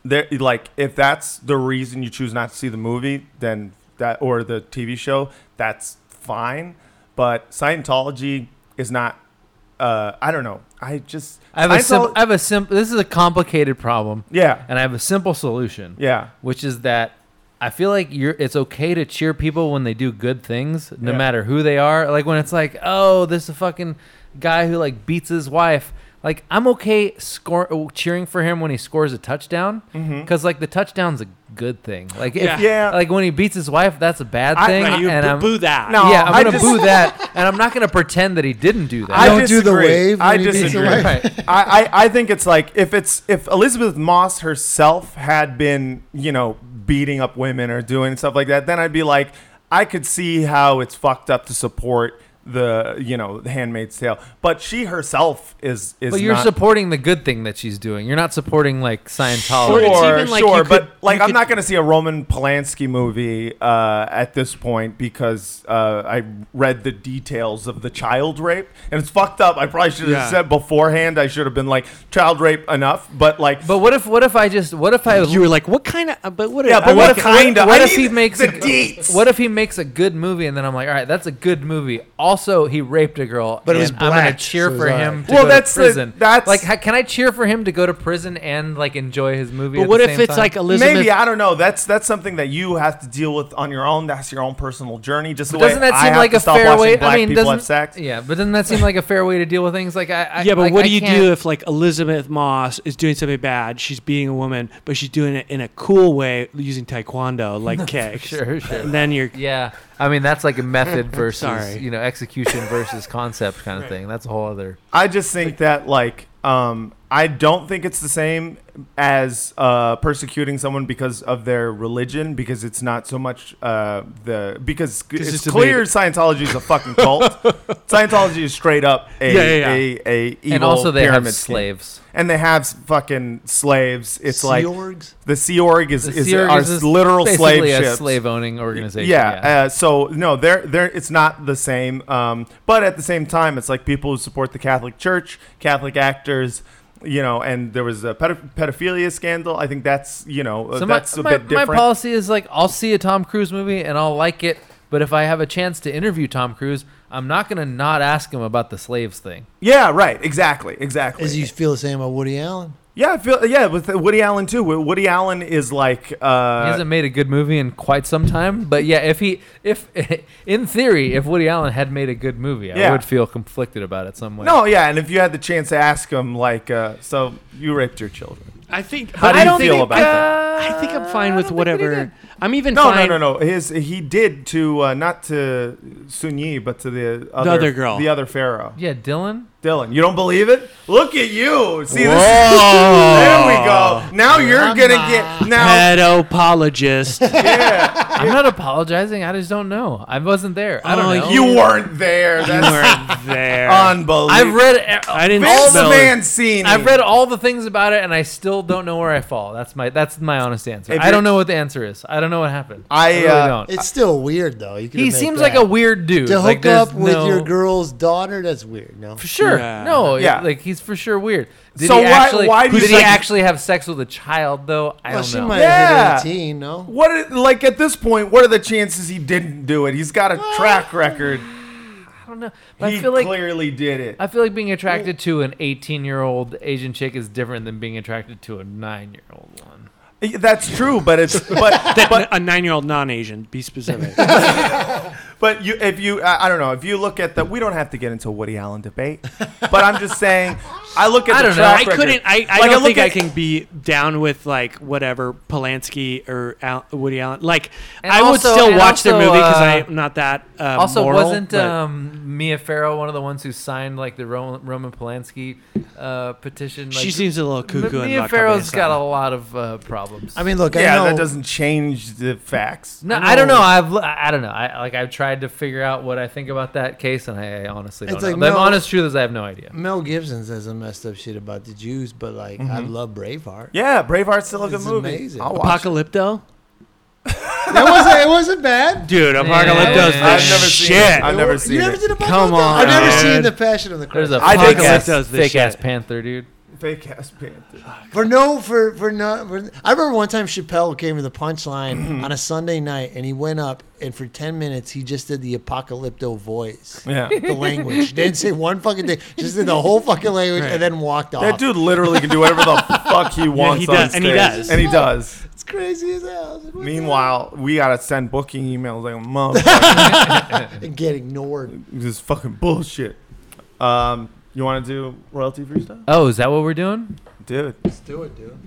there like if that's the reason you choose not to see the movie then that or the tv show that's fine but scientology is not uh i don't know i just I have a Scientol- simple. I have a simple. This is a complicated problem. yeah and I have a simple solution. yeah which is that I feel like you're it's okay to cheer people when they do good things, no Yeah. matter who they are. Like when it's like, oh, this a fucking guy who like beats his wife. Like I'm okay score cheering for him when he scores a touchdown because like the touchdown's a good thing. Like if, Yeah. Mm-hmm. Yeah. like when he beats his wife, that's a bad I- thing. Right, you and boo- I'm, boo that. No, yeah, I'm I gonna just- boo that, and I'm not gonna pretend that he didn't do that. I Don't do the disagree. wave when I he beats the disagree. wife. Right. I, I, I think it's like if it's if Elizabeth Moss herself had been you know beating up women or doing stuff like that, then I'd be like, I could see how it's fucked up to support the you know the Handmaid's Tale, but she herself is is. but you're not- supporting the good thing that she's doing. You're not supporting like Scientology. Or it's Sure, even like you sure, could- but like you I'm could- not gonna see a Roman Polanski movie uh, at this point because uh, I read the details of the child rape and it's fucked up. I probably should have Yeah. said beforehand. I should have been like child rape enough, but like, But what if what if I just what if I You were like, what kind of? uh, But what? yeah, I but like what it. if kind of? what I if he need makes the a- deets? what if he makes a good movie and then I'm like, all right, that's a good movie. Also, he raped a girl, But it and was I'm gonna black, cheer so it for was all him. right. To Well, go that's to the- prison. that's- like, how, can I cheer for him to go to prison and like enjoy his movie? But at what the if same it's time? like Elizabeth? Maybe I don't know. That's that's something that you have to deal with on your own. That's your own personal journey. Just the Doesn't way that I seem have like to a stop fair watching way? Black I mean, people doesn't have sex. yeah, but doesn't that seem like a fair way to deal with things? Like, I, I yeah, but like, what I do you can't- do if like Elizabeth Moss is doing something bad? She's beating a woman, but she's doing it in a cool way using taekwondo, like kicks. Sure, sure. And then you're Yeah, I mean that's like a [LAUGHS] method versus Sorry. you know execution versus concept kind of thing. That's a whole other. I just think that like um, I don't think it's the same as uh, persecuting someone because of their religion because it's not so much uh, the because it's, it's a clear Scientology is a fucking [LAUGHS] cult. Scientology is straight up a Yeah, yeah, yeah. a, a evil and also they pyramid have scheme. slaves. and they have s- fucking slaves. It's like Jorgs? the Sea Org is, The is Sea Org our is just literal slave basically a ships. slave owning organization. Yeah. Uh, so no, they're, they're, it's not the same. Um, but at the same time, it's like people who support the Catholic Church, Catholic actors, you know. And there was a pedoph- pedophilia scandal. I think that's you know uh, so my, that's a my, bit my different. policy is like I'll see a Tom Cruise movie and I'll like it, but if I have a chance to interview Tom Cruise, I'm not gonna not ask him about the slaves thing. yeah. Right. Exactly. Exactly. As you feel the same about Woody Allen. yeah. I feel yeah with Woody Allen too. Woody Allen is like He uh, hasn't made a good movie in quite some time, but yeah, if he if [LAUGHS] in theory, if Woody Allen had made a good movie, I Yeah. would feel conflicted about it some way. no. Yeah. And if you had the chance to ask him, like, uh, so you raped your children. I think. How but do I you don't feel think, about I, that? I think I'm fine with think that he whatever. did. I'm even No, fine. no, no, no. His he did to uh, not to Sunyi, but to the other, other girl. the other pharaoh, Yeah, Dylan. Dylan. You don't believe it? Look at you. See this? [LAUGHS] there we go. Now you're gonna get now. Pedopologist. I'm not apologizing. I just don't know. I wasn't there. I don't Oh, know. You [LAUGHS] weren't there. you That's weren't there. unbelievable. I've read I didn't Vince smell it. Mancini. I've read all the things about it, and I still don't know where I fall. That's my that's my honest answer. If I don't you're- know what the answer is. I don't know what happened. I, really uh, don't. It's still weird though. You he seems like a weird dude. to hook Like, there's up with no- your girl's daughter. That's weird. No, For sure. Yeah. No. Yeah. Like he's for sure weird. Did So he why- actually, why do you did he think- actually have sex with a child though? I well, don't she know. might Yeah. have hit eighteen. No, What are- like at this point? What are the chances he didn't do it? He's got a track record. I don't know. But He I feel like clearly did it. I feel like being attracted to an 18 year old Asian chick is different than being attracted to a nine year old one. That's true, but it's but [LAUGHS] but A nine-year-old non-Asian. Be specific. But you, if you, I, I don't know, if you look at the, we don't have to get into a Woody Allen debate. But I'm just saying, I look at I the don't know. track I record. couldn't. I, I Like, don't look think I at- can be down with like whatever Polanski or Al, Woody Allen. Like And I would also- still and watch their also, movie because uh, I'm not that. Uh, Also, moral, wasn't but- um, Mia Farrow one of the ones who signed like the Ro- Roman Polanski uh, petition? Like, she seems a little M- cuckoo. and Mia not Farrow's got a comprehensive. lot of uh, problems. I mean, look, I Yeah, know that doesn't change the facts. no, I don't know. I've l- I don't know. I like I've tried to figure out what I think about that case, and I, I honestly don't It's know. like the no- honest truth is, I have no Mm, idea. Mel Gibson says some messed up shit about the Jews, but like I love Braveheart. Yeah, Braveheart's still a good It's movie. amazing. I'll watch it. Apocalypto, That wasn't it wasn't [LAUGHS] bad. dude, Apocalypto's Apocalypto's the I've never the seen shit. it. I've never seen you never it. did a Come I've on, never dude. seen the Passion of the There's Christ. a I think ass, Apocalypto's the fake ass shit. panther, dude. fake ass panther. For no, for for not. For, I remember one time Chappelle came to [CLEARS THROAT] the punchline on a Sunday night, and he went up, and for ten minutes he just did the apocalypto voice, Yeah. the language. Didn't say one fucking thing, just did the whole fucking language, and then walked off. That dude literally can do whatever the fuck he wants he on does- stage. and he does. And he does. it's crazy as hell. I was like, what the Meanwhile, we gotta send booking emails like motherfucker. hell? and get ignored. this is fucking bullshit. Um, you want to do royalty free stuff, Oh, is that what we're doing? dude? Let's do it, dude.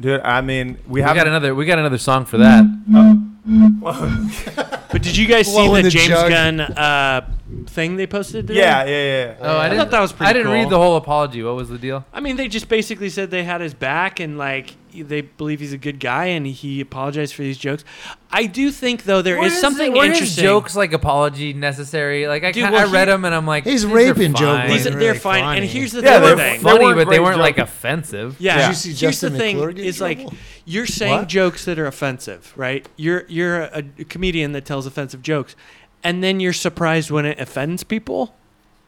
Dude, I mean, we We have got another. We got another song for that. Mm. But did you guys see Blow in the the James jug. Gunn uh, thing they posted today? Yeah, yeah, yeah. Oh, I, didn't, thought that was pretty I didn't read cool. the whole apology. What was the deal? I mean, they just basically said they had his back and like they believe he's a good guy and he apologized for these jokes. I do think though there is something were his interesting. jokes like apology necessary? Like I, Dude, ca- well, I read he- them and I'm like, He's these are raping joke fine. These- wasn't These they're are really fine. funny. And here's the Yeah, other they're thing. fu- They funny, weren't but they great weren't like jokes. offensive. Yeah. Did you see Here's the Justin thing: McClure get in is like trouble? you're saying What? jokes that are offensive, right? You're you're a, a comedian that tells offensive jokes, and then you're surprised when it offends people.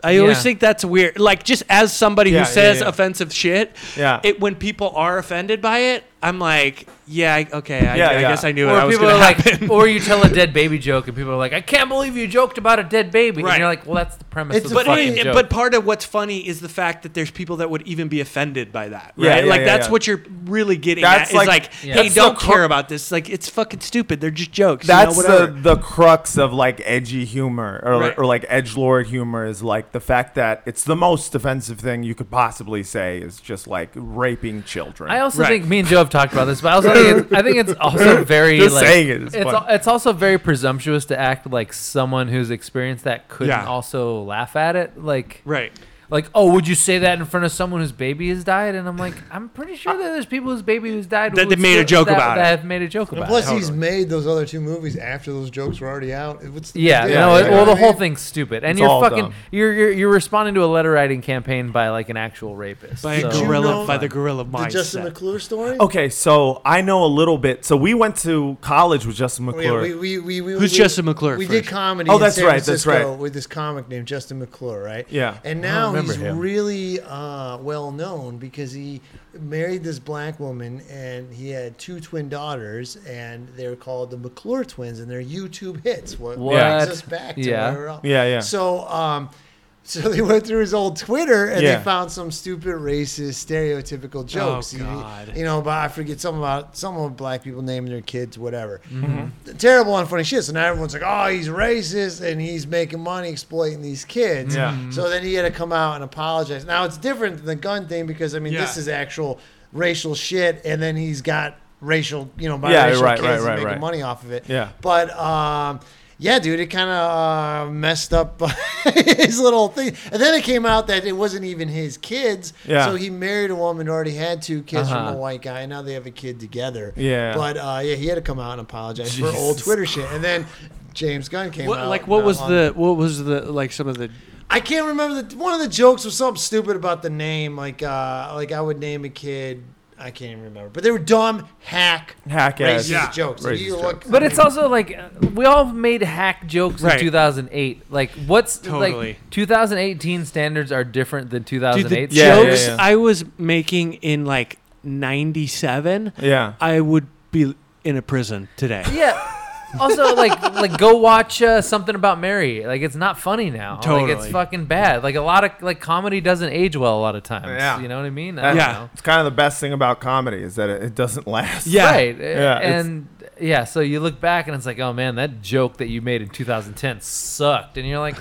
I always Yeah. think that's weird. Like just as somebody Yeah, who yeah, says yeah. offensive shit, Yeah. It when people are offended by it, I'm like, yeah, I- okay, I, Yeah, I yeah. guess I knew it. Or I was people gonna are happen. like, [LAUGHS] or you tell a dead baby joke, and people are like, "I can't believe you joked about a dead baby." Right. And you're like, "Well, that's the premise It's of the but a fucking it, joke." but part of what's funny is the fact that there's people that would even be offended by that, Yeah, right? yeah, like yeah, that's yeah. what you're really getting That's at. like- is like, Yeah. hey, that's the don't cru- care about this. Like it's fucking stupid. They're just jokes. That's you know, whatever. the the crux of like edgy humor or, Right. or like edge lord humor is like the fact that it's the most offensive thing you could possibly say is just like raping children. I also Right. think me and Joe have talked about this, but I also think it's, I think it's [LAUGHS] also very Just like, saying it is it's, funny. al- it's also very presumptuous to act like someone who's experienced that couldn't Yeah. also laugh at it. Like right. like oh, would you say that in front of someone whose baby has died? And I'm like, I'm pretty sure that there's people whose baby has died That who they would made a still- joke that- about that it. have made a joke about. Plus, it. he's made those other two movies after those jokes were already out. What's the Yeah, big deal? no. it- You know well, what the I whole mean? thing's stupid, and It's you're all fucking dumb. you're, you're you're responding to a letter writing campaign by like an actual rapist. By a so- gorilla, know by the gorilla The mindset. Justin McClure story. okay, so I know a little bit. So we went to college with Justin Oh, yeah, McClure. we, we, we, we, Who's we- Justin McClure We first? did comedy. Oh, in that's San right, that's Francisco right. With this comic named Justin McClure, right? Yeah. And now he's really uh, well known because he married this black woman and he had two twin daughters and they're called the McClure twins and they're YouTube hits. What, What? brings us back to Yeah. where we're at. Yeah, yeah. So, um, so they went through his old Twitter and Yeah. Oh, they found some stupid racist stereotypical jokes. You- God. You know, but I forget something about some of black people naming their kids whatever. Mm. Terrible unfunny shit. So now everyone's like, oh, he's racist and he's making money exploiting these kids. Yeah. Mhm. So then he had to come out and apologize. Now it's different than the gun thing because I mean this Yeah. is actual racial shit, and then he's got racial, you know, biracial Yeah, right, kids right, and right, making right. money off of it. Yeah. But um, yeah, dude, it kind of uh, messed up [LAUGHS] his little thing. And then it came out that it wasn't even his kids. Yeah. So he married a woman who already had two kids Uh-huh. from a white guy, and now they have a kid together. Yeah. But uh, yeah, he had to come out and apologize for Jesus old Twitter shit, and then. James Gunn came What, out. like what not was long the what was the like some of the I can't remember the one of the jokes was something stupid about the name, like uh, like I would name a kid. I can't even remember, but they were dumb hack Hack ass. racist Yeah. jokes. If you Racist look- But it's also like uh, we all made hack jokes Right. in 2008. Like what's Totally. like 2018 standards are different than 2008. Dude, the Yeah, yeah, jokes yeah. I was making in like '97? Yeah. I would be in a prison today. Yeah. Also, like, like go watch uh, something about Mary. Like, it's not funny now. Like, Totally. it's fucking bad. Like, a lot of like comedy doesn't age well a lot of times. Yeah. You know what I mean? I That- don't Yeah. know. It's kind of the best thing about comedy is that it, it doesn't last. Yeah. Right. Yeah, it's- and yeah, so you look back and it's like, oh man, that joke that you made in 2010 sucked. And you're like,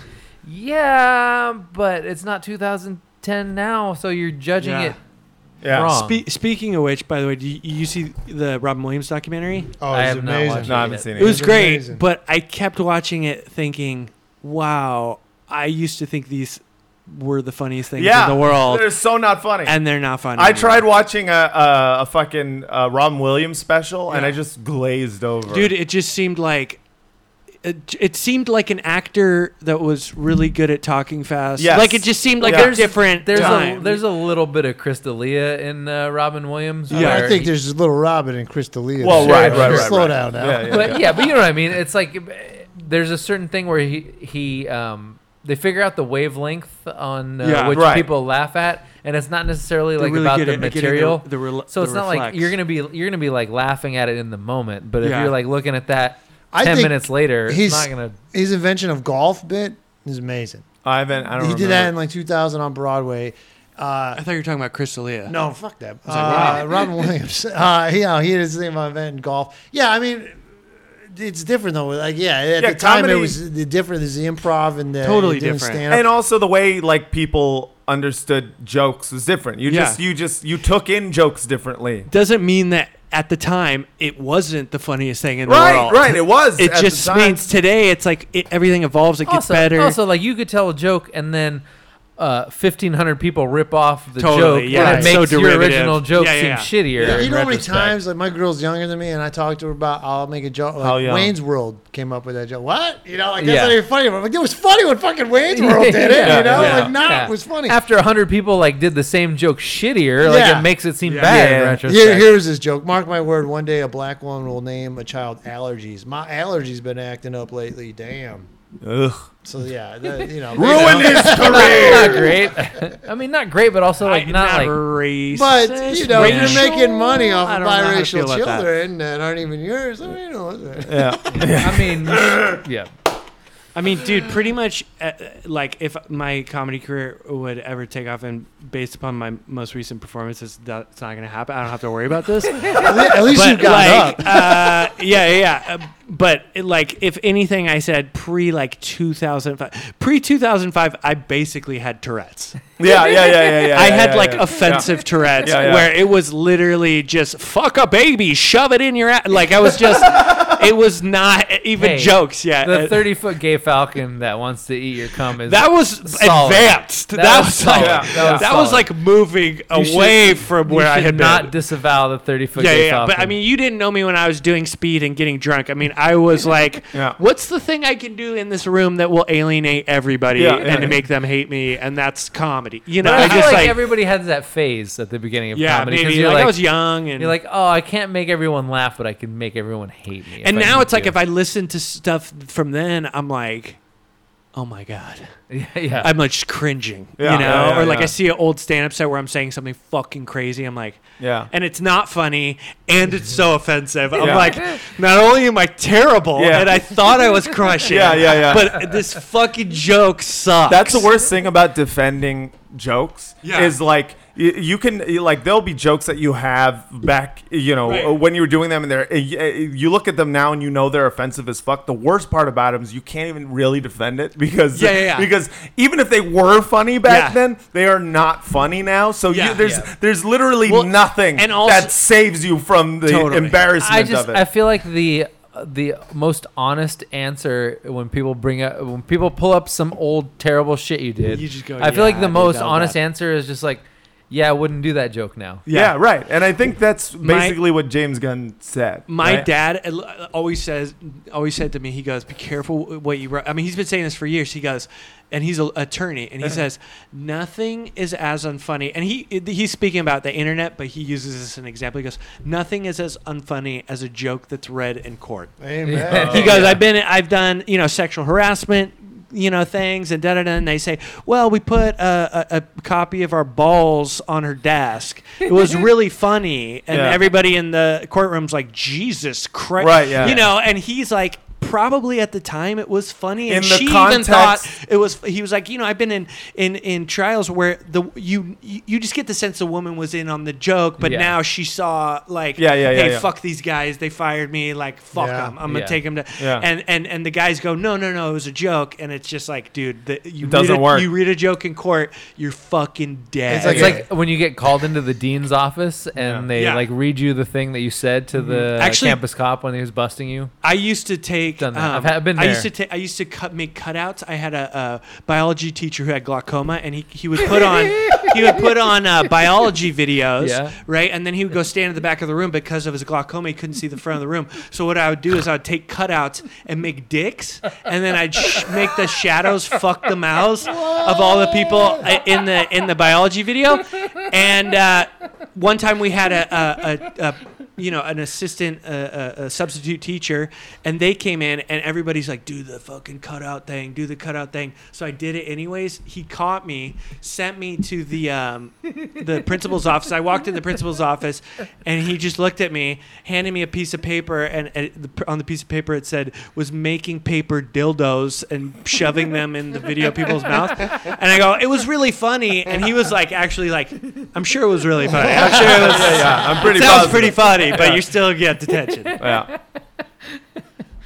yeah, but it's not 2010 now, so you're judging Yeah. it [LAUGHS] Yeah. wrong. Spe- speaking of which, by the way, do you, you see the Robin Williams documentary? oh, I it's have not amazing. watched No, I haven't seen it. It was It's great, amazing. but I kept watching it thinking, wow, I used to think these were the funniest things yeah. in the world, They're so not funny. and they're not funny. I anymore. tried watching a, a, a fucking uh, Robin Williams special and I just glazed over. Dude, it just seemed like it, it seemed like an actor that was really good at talking fast. Yes. Like it just seemed like Yeah. there's different. There's a time. there's a little bit of Crystalia in uh, Robin Williams. Yeah, I where think he- there's little Robin and Crystalia. Well, Sure, right, right, right. Slow right. down now. Yeah, yeah, yeah. but yeah, but you know what I mean. It's like eh, there's a certain thing where he he um they figure out the wavelength on uh, Yeah, which right. people laugh at, and it's not necessarily like really about good the at getting material. the- the rel- so the it's not like reflex. you're gonna be you're gonna be like laughing at it in the moment, but if Yeah. you're like looking at that I ten think minutes later, his- it's not gonna. His invention of golf bit is amazing. I haven't. I don't. He remember. did that in like 2000 on Broadway. Uh, I thought you were talking about Crystalia. No, fuck that. like, wow. Uh, Robin Williams. [LAUGHS] Uh, yeah, he did his thing about event in golf. Yeah, I mean, it's different though. Like, yeah, at Yeah, the time comedy- it was the different. There's the improv and the Totally it didn't different. stand up. and also the way like people understood jokes was different. You Yeah. just you just you took in jokes differently. Doesn't mean that at the time it wasn't the funniest thing in the Right, world. right, it was It at the just time. means today it's like it, everything evolves. It gets Also, better. also like you could tell a joke and then. Uh, fifteen hundred people rip off the Totally, joke, yeah, and it's it so makes your derivative. original joke Yeah, yeah, seem shittier. Yeah, you in know how many retrospect. times like my girl's younger than me, and I talked to her about I'll make a joke. How Like, young? Wayne's World came up with that joke. What? You know, like that's Yeah. not even funny. I'm like, it was funny when fucking Wayne's [LAUGHS] World did it. you know, yeah, like not yeah. it was funny. After a hundred people like did the same joke shittier, like Yeah. it makes it seem bad in Yeah. retrospect. [LAUGHS] Here, here's his joke. Mark my word, one day a black woman will name a child allergies. My allergies been acting up lately. Damn. Ugh. So yeah, the, you know, Ruined his career. not great. [LAUGHS] I mean, not great, but also like I- not, like [LAUGHS] racist, But you know, if you're racial. making money off I of don't know how to biracial feel about that. children that aren't even yours. I mean, you know, I [LAUGHS] mean, yeah. I mean, dude, pretty much uh, like if my comedy career would ever take off, and based upon my most recent performances, that's not gonna happen. I don't have to worry about [LAUGHS] this. at least you but got up. like, uh, yeah, yeah, yeah. Uh, But it, like, if anything, I said pre like 2005, pre 2005, I basically had Tourette's. Yeah, yeah, yeah, [LAUGHS] yeah, yeah. I yeah, had yeah, like yeah. offensive Tourette's Yeah, yeah. where it was literally just fuck a baby, shove it in your ass. Like I was [LAUGHS] just, it was not even Hey, jokes yet. The Uh, thirty-foot gay falcon that wants to eat your cum is that was Solid. advanced. That, That was was, like solid. Yeah, yeah. that was solid. like moving You should- away from you where I should had not been. disavow the thirty-foot yeah, gay yeah, yeah. falcon. But I mean, you didn't know me when I was doing speed and getting drunk. I mean, I was like, Yeah. "What's the thing I can do in this room that will alienate everybody Yeah, yeah, and yeah. make them hate me?" And that's comedy. You know, But I, I feel just like, like, everybody has that phase at the beginning of yeah, comedy. 'cause maybe you're like, like, I was young and you're like, oh, I can't make everyone laugh, but I can make everyone hate me. if and I now need it's like to. if I listen to stuff from then, I'm like, oh my god, yeah, [LAUGHS] yeah. I'm like just cringing, Yeah, you know, yeah, yeah, or like yeah. I see an old stand-up set where I'm saying something fucking crazy. I'm like, Yeah. and it's not funny, and it's [LAUGHS] so offensive. I'm Yeah. like, not only am I terrible, Yeah. and I thought I was [LAUGHS] crushing, Yeah, yeah, yeah. but this fucking joke sucks. That's the worst thing about defending jokes Yeah. is like you, you can you- like there'll be jokes that you have back you know Right. when you were doing them and they're uh, y- uh, you look at them now and you know they're offensive as fuck. The worst part about them is you can't even really defend it because Yeah, yeah, yeah. because even if they were funny back Yeah. then, they are not funny now. So Yeah. you, there's Yeah. there's literally Well, nothing and also- that saves you from the Totally. embarrassment I just of it. I feel like the the most honest answer when people bring up when people pull up some old terrible shit you did. You just go, I feel like "Yeah, the I did most that, honest that." answer is just like, yeah, I wouldn't do that joke now. yeah. right. And I think that's basically what James Gunn said. My right? dad al- always says, always said to me, he goes, "Be careful wh- what you write." I mean, he's been saying this for years. He goes, and he's an attorney, and he says, "Nothing is as unfunny." And he he's speaking about the internet, but he uses this as an example. He goes, "Nothing is as unfunny as a joke that's read in court." Amen. Oh, he goes, "I've been, I've done, you know, sexual harassment." You know things and da da da, and they say, "Well, we put a, a, a copy of our balls on her desk. It [LAUGHS] was really funny." And Yeah. everybody in the courtroom's like, "Jesus Christ!" Right, yeah. You know, and he's like, probably at the time it was funny, and In the she even context- thought it was. He was like, you know, I've been in in in trials where the you you just get the sense the woman was in on the joke, but Yeah. now she saw like, Yeah, yeah, yeah, hey, yeah. fuck these guys, they fired me, like fuck Yeah. them, I'm gonna Yeah. take them to. Yeah. And and and the guys go, no, no, no, it was a joke, and it's just like, dude, the, you It doesn't read a, work. You read a joke in court, you're fucking dead. It's It's Okay. like when you get called into the dean's office and they Yeah. Mm-hmm. like read you the thing that you said to the Actually- campus cop when he was busting you. I used to take. Done that. um, I've had- been I used to there. take. I used to cut make cutouts. I had a, a biology teacher who had glaucoma, and he, he would put on he would put on uh, biology videos, [LAUGHS] Yeah. right? And then he would go stand at the back of the room because of his glaucoma. He couldn't see the front of the room. So what I would do is I would take cutouts and make dicks, and then I'd sh- make the shadows fuck the mouths of all the people i- in the uh, in the biology video. And uh, one time we had a, a, a, a you know, an assistant, uh, a, a, a substitute teacher, and they came in, and everybody's like, "Do the fucking cutout thing, do the cutout thing." So I did it anyways. He caught me, sent me to the um, the principal's office. I walked in the principal's office, and he just looked at me, handed me a piece of paper, and, and the, on the piece of paper it said was making paper dildos and shoving them in the video people's mouth. And I go, "It was really funny," and he was like, "Actually, like, I'm sure it was really funny. I'm sure it was." yeah, I'm pretty. Sounds positive. pretty funny, but you still get detention. Yeah.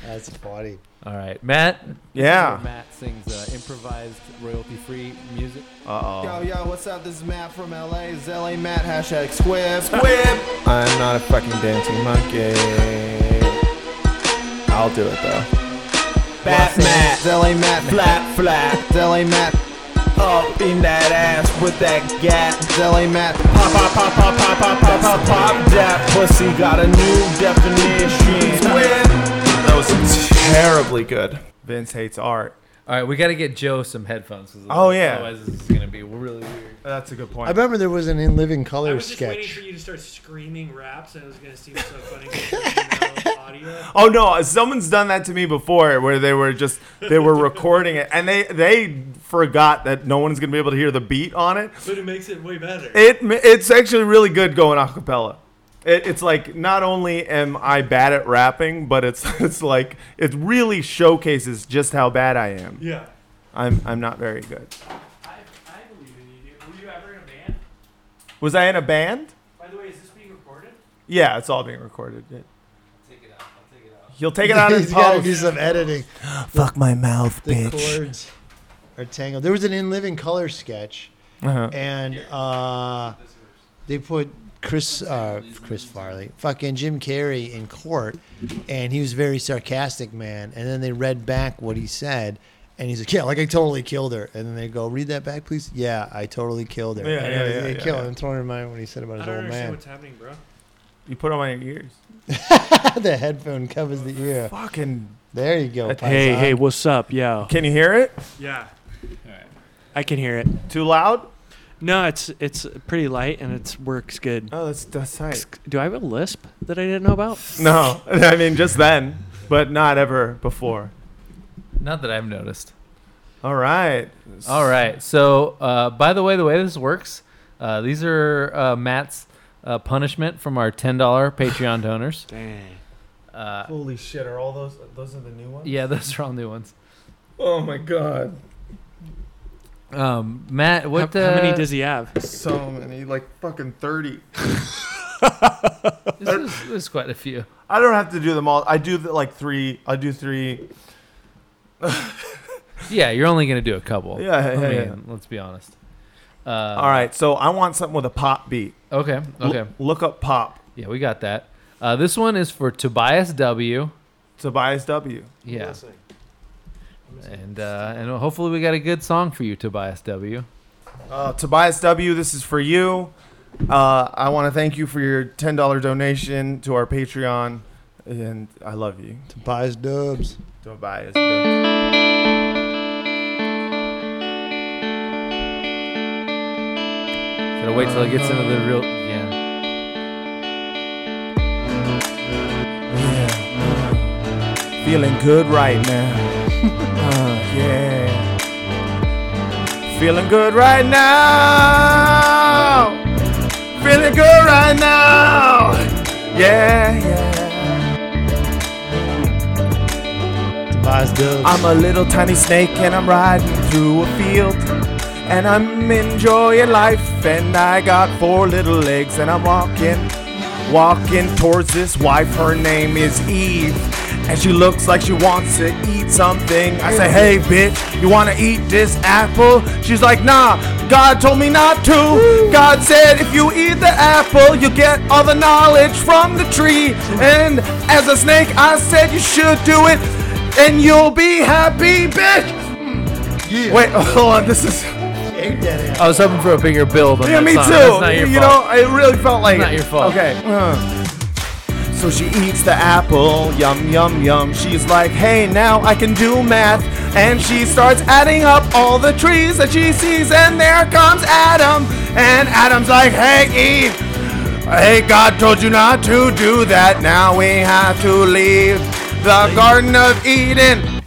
That's funny. All right, Matt. Yeah. Matt sings uh, improvised royalty-free music. Uh oh. yo, what's up? This is Matt from LA. It's LA Matt. Hashtag Squib. Squib. I'm not a fucking dancing monkey. I'll do it though. Bat Matt. LA Matt. Flap flap. LA Matt. Up in that ass with that gat. LA Matt. Pop pop pop pop pop pop pop pop pop. That pussy got a new definition. Squib. That was terribly good. Vince hates art. All right, we got to get Joe some headphones. 'cause Oh, yeah. Otherwise, this is gonna be really weird. That's a good I point. remember there was an In Living Color for sketch. you to start screaming raps, and it was gonna seem so funny. audio. Oh no, someone's done that to me before where they were just they were recording it and they they forgot that no one's going to be able to hear the beat on it. But it makes it way better. It it's actually really good going a cappella. It, it's like not only am I bad at rapping, but it's [LAUGHS] it's like it really showcases just how bad I am. yeah. I'm I'm not very good. I, I believe in you. Were you ever in a band? Was I in a band? By the way, is this being recorded? Yeah, it's all being recorded. It- Take it out. I'll take it out. He'll take it [LAUGHS] out in He's got to do post. some editing. Fuck my mouth, The chords are tangled. There was an In Living Color sketch, Uh-huh. and uh, they put Chris uh, Chris Farley, fucking Jim Carrey, in court, and he was a very sarcastic man. And then they read back what he said. And he's like, yeah, like I totally killed her. And then they go, read that back, please. Yeah, I totally killed her. Yeah, and yeah, they, yeah, they yeah, kill him. yeah. I'm totally reminded what he said about I his don't old understand man. what's happening, bro. You put them on your ears. [LAUGHS] the headphone covers the ear. Fucking. There you go. Hey, Paisan. hey, what's up, yo? Can you hear it? Yeah. I can hear it. Too loud? No, it's it's pretty light and it works good. Oh, that's that's tight. Do I have a lisp that I didn't know about? [LAUGHS] No, [LAUGHS] I mean just then, but not ever before. Not that I've noticed. All right. All right. So, uh, by the way, the way this works, uh, these are uh, Matt's uh, punishment from our ten dollar Patreon [LAUGHS] donors. Dang. Uh, Holy shit! Are all those those are the new ones? yeah, those are all new ones. Oh my god. Um, Matt, what? how, how many uh, does he have? So many, like fucking thirty. This is, there's quite a few. I don't have to do them all. I do the, like three. I do three. Yeah, you're only gonna do a couple. Yeah, I yeah, mean, yeah. let's be honest. Uh, All right. So I want something with a pop beat. Okay. L- Okay. look up pop. Yeah, we got that. Uh, this one is for Tobias W. Tobias W. Yeah. And uh, and hopefully we got a good song for you, Tobias W. Uh, Tobias W., this is for you. Uh, I want to thank you for your $10 donation to our Patreon, and I love you. Buys dubs. Tobias W. Gotta wait till it gets into the real. Yeah. Feeling good right now. Uh, yeah. Feeling good right now. Feeling good right now. Yeah, yeah. Buys dubs. I'm a little tiny snake and I'm riding through a field. And I'm enjoying life and I got four little legs and I'm walking, walking towards this wife. Her name is Eve. And she looks like she wants to eat something. I say, hey bitch, you wanna eat this apple? She's like, nah, God told me not to. God said if you eat the apple, you get all the knowledge from the tree. And as a snake, I said you should do it and you'll be happy, bitch. Wait, [LAUGHS] hold on. This is I was hoping for a bigger build on yeah, that me song. too. That's not your you fault. know, it really felt like It's not it. your fault. Okay. Uh. So she eats the apple, yum yum yum. She's like, hey, now I can do math, and she starts adding up all the trees that she sees, and there comes Adam, and Adam's like, hey Eve, Hey, God told you not to do that. Now we have to leave the Garden of Eden.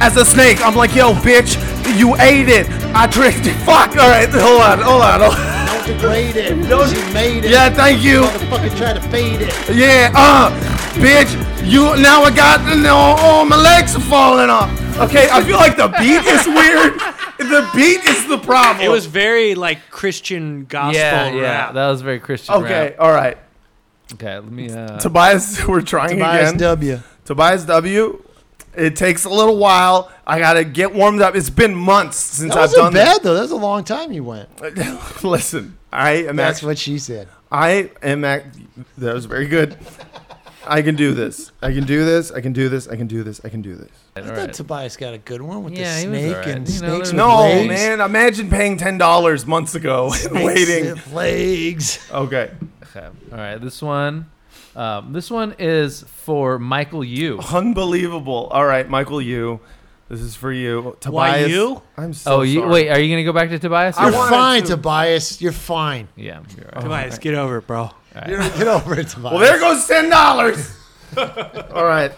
As a snake, I'm like, yo, bitch, you ate it. I tricked you. [LAUGHS] Fuck. All right, hold on, hold on. Hold on. Don't degrade it. Don't- you made it. Yeah, thank you. Motherfucker try to fade it. Yeah, uh, bitch, you now I got no, oh my legs are falling off. Okay, I feel like the beat is weird. The beat is the problem. It was very like Christian gospel yeah, yeah, rap. that was very Christian. okay. rap. All right, okay, let me. Uh, Tobias, [LAUGHS] we're trying Bias again. W. Tobias W. It takes a little while. I gotta get warmed up. It's been months since That I've wasn't done bad though. That was a long time you went. this. [LAUGHS] Listen, I am That's actually, what she said. I am act. That was very good. I can do this. I can do this. I can do this. I can do this. I can do this. all I right. thought Tobias got a good one with Yeah, the he was snake alright. and You know, snakes there's- with No, legs. man. Imagine paying ten dollars months ago [LAUGHS] and waiting. With legs. Okay. Okay. All right. This one. Um, this one is for Michael Yu. Oh, Unbelievable. All right, Michael, you. This is for you, Tobias. you? I'm so oh, you, sorry. wait. Are you gonna go back to Tobias? [LAUGHS] I You're wanted fine, to- Tobias. You're fine. yeah. You're right. Tobias, get over it, bro. You're, get over it, Tobias. Well, there goes ten [LAUGHS] dollars. All right.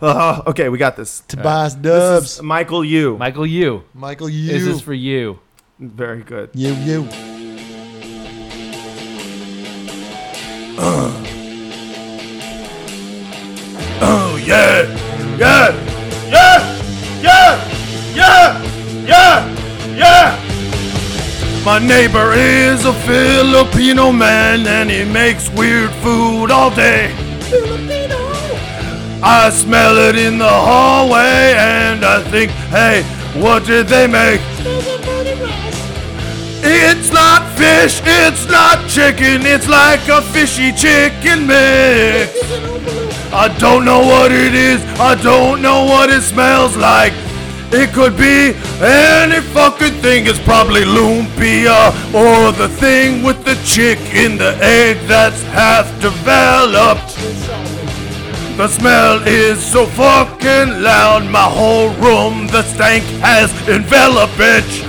Uh, okay, we got this. Tobias This Dubs. is Michael, you. Michael Yu. Michael, you. Is this for you? Very good. you, you. Oh yeah, yeah, yeah, yeah, yeah, yeah, yeah. My neighbor is a Filipino man and he makes weird food all day. I smell it in the hallway and I think, hey, what did they make? It's not fish, it's not chicken, it's like a fishy chicken mix. I don't know what it is. I don't know what it smells like. It could be any fucking thing. It's probably lumpia or the thing with the chick in the egg that's half developed. The smell is so fucking loud. My whole room, the stank has enveloped, bitch.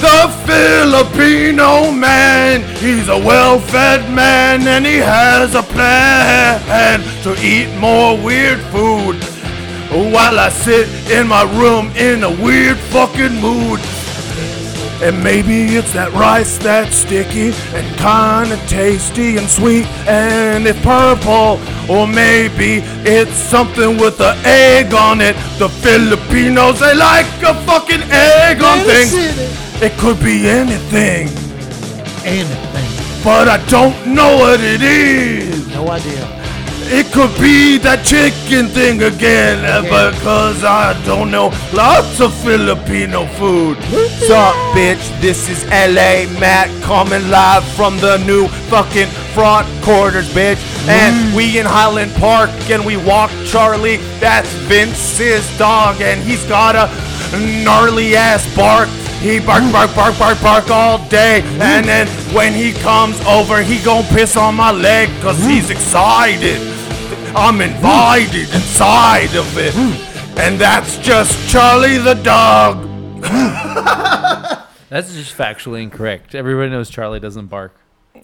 The Filipino man, he's a well fed man and he has a plan to eat more weird food while I sit in my room in a weird fucking mood. And maybe it's that rice that's sticky and kinda tasty and sweet and it's purple. Or maybe it's something with an egg on it. The Filipinos, they like a fucking egg on things. It could be anything, Anything. but I don't know what it is. No idea. It could be that chicken thing again, uh, because I don't know lots of Filipino food. Sup, bitch? This is LA Matt coming live from the new fucking front quarters, bitch. Mm. And we in Highland Park and we walk Charlie. That's Vince's dog, and he's got a gnarly ass bark. He bark, bark, bark, bark, bark all day. And then when he comes over, he gon' piss on my leg because he's excited. I'm invited inside of it. And that's just Charlie the dog. That's just factually incorrect. Everybody knows Charlie doesn't bark.